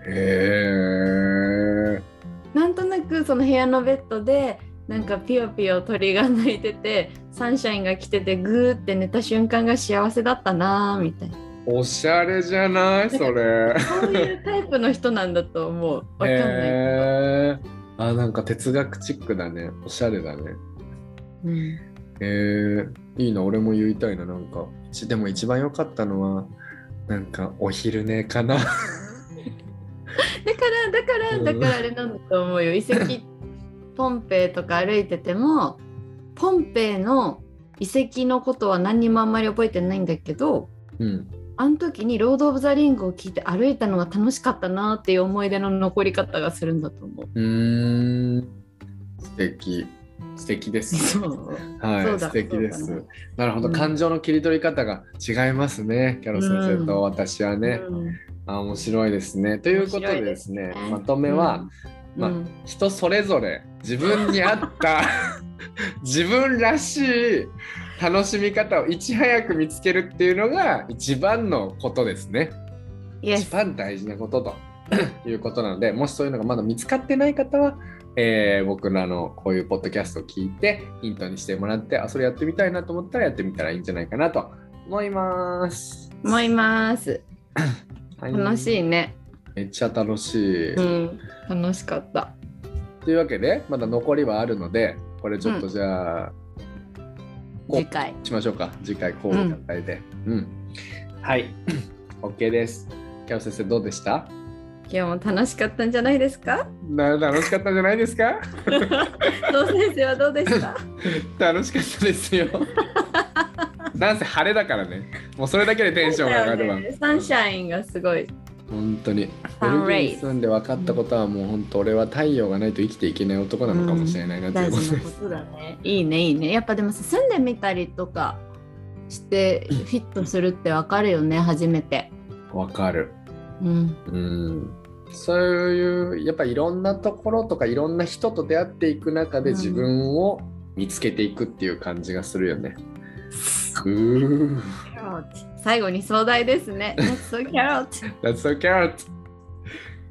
[SPEAKER 1] へえ
[SPEAKER 2] なんとなくその部屋のベッドでなんかピヨピヨ鳥が鳴いててサンシャインが来ててグーって寝た瞬間が幸せだったなーみたいな
[SPEAKER 1] おしゃれじゃないそれ
[SPEAKER 2] そういうタイプの人なんだと思うわかんないけ
[SPEAKER 1] へえあなんか哲学チックだねおしゃれだね
[SPEAKER 2] ど、うん
[SPEAKER 1] えー、いいな俺も言いたいななんかちでも一番良かったのはなんかお昼寝かな *laughs*
[SPEAKER 2] だからだか
[SPEAKER 1] う
[SPEAKER 2] ら
[SPEAKER 1] ん
[SPEAKER 2] だからあれなんだと思うよ遺跡ポンペイとか歩いててもポンペイの遺跡のことは何にもあんまり覚えてないんだけど
[SPEAKER 1] うん。
[SPEAKER 2] あの時に「ロード・オブ・ザ・リング」を聞いて歩いたのが楽しかったなっていう思い出の残り方がするんだと思う。
[SPEAKER 1] うーん。素敵。素敵ですね。 *laughs*
[SPEAKER 2] そう
[SPEAKER 1] はい、
[SPEAKER 2] そうだ
[SPEAKER 1] 素敵で
[SPEAKER 2] そう
[SPEAKER 1] す
[SPEAKER 2] だね。
[SPEAKER 1] なるほど、
[SPEAKER 2] うん
[SPEAKER 1] 感情の切り取り方が違いますね、キャロ先生と私はね。
[SPEAKER 2] うん
[SPEAKER 1] あ面白いですね。ということでですね、まとめは、、
[SPEAKER 2] うん
[SPEAKER 1] まあ
[SPEAKER 2] うん
[SPEAKER 1] 人それぞれ自分に合った
[SPEAKER 2] *laughs*
[SPEAKER 1] 自分らしい楽しみ方をいち早く見つけるっていうのが一番のことですね。一
[SPEAKER 2] Yes
[SPEAKER 1] 番大事なこと *coughs* ということなのでもしそういうのがまだ見つかってない方は、えー僕らのこういうポッドキャストを聞いてヒントにしてもらってあそれやってみたいなと思ったらやってみたらいいんじゃないかなと思います。
[SPEAKER 2] 思います。
[SPEAKER 1] は
[SPEAKER 2] 楽しいね。
[SPEAKER 1] めっちゃ楽しい、
[SPEAKER 2] うん、楽しかった。
[SPEAKER 1] というわけでまだ残りはあるのでこれちょっとじゃあ、こう
[SPEAKER 2] 次回。
[SPEAKER 1] しましょうか次回こうだったりで。うん、はい *coughs* OK です。キャロ先生どうでした
[SPEAKER 2] 今日も楽しかったんじゃないです
[SPEAKER 1] *laughs*
[SPEAKER 2] か。
[SPEAKER 1] な楽しかったんじゃないですか *laughs*
[SPEAKER 2] どう先生はどうでした。
[SPEAKER 1] 楽しかったです *laughs* よ。なんせ晴れだからね。もうそれだけでテンションが上がるわ。
[SPEAKER 2] サンシャインがすごい。
[SPEAKER 1] 本当に。ベ
[SPEAKER 2] サン
[SPEAKER 1] ルギ
[SPEAKER 2] レ
[SPEAKER 1] ー
[SPEAKER 2] イ
[SPEAKER 1] に住んで分かったことはもう本当俺は太陽がないと生きていけない男なのかもしれないなという
[SPEAKER 2] 大
[SPEAKER 1] こと
[SPEAKER 2] 事
[SPEAKER 1] で
[SPEAKER 2] なこ
[SPEAKER 1] す。
[SPEAKER 2] とだね。いいね、いいね。やっぱでもさ住んでみたりとか。して、フィットするってわかるよね、初めて。
[SPEAKER 1] わかる。
[SPEAKER 2] うん。
[SPEAKER 1] うん。そういうやっぱいろんなところとかいろんな人と出会っていく中で
[SPEAKER 2] うん
[SPEAKER 1] 自分を見つけていくっていう感じがするよね。うー。
[SPEAKER 2] 最後に壮大ですね。That's so carrot.
[SPEAKER 1] *laughs* That's so carrot!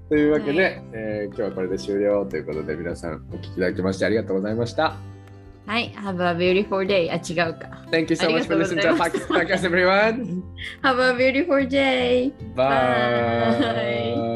[SPEAKER 1] というわけで、
[SPEAKER 2] は
[SPEAKER 1] えー今日はこれで終了ということで皆さんお聞きいただきましてありがとうございました。
[SPEAKER 2] はい、Have a beautiful day. あ、違うか。
[SPEAKER 1] Thank you so much for listening to our
[SPEAKER 2] あり *laughs*
[SPEAKER 1] podcast, podcast everyone!
[SPEAKER 2] Have a beautiful day.
[SPEAKER 1] Bye!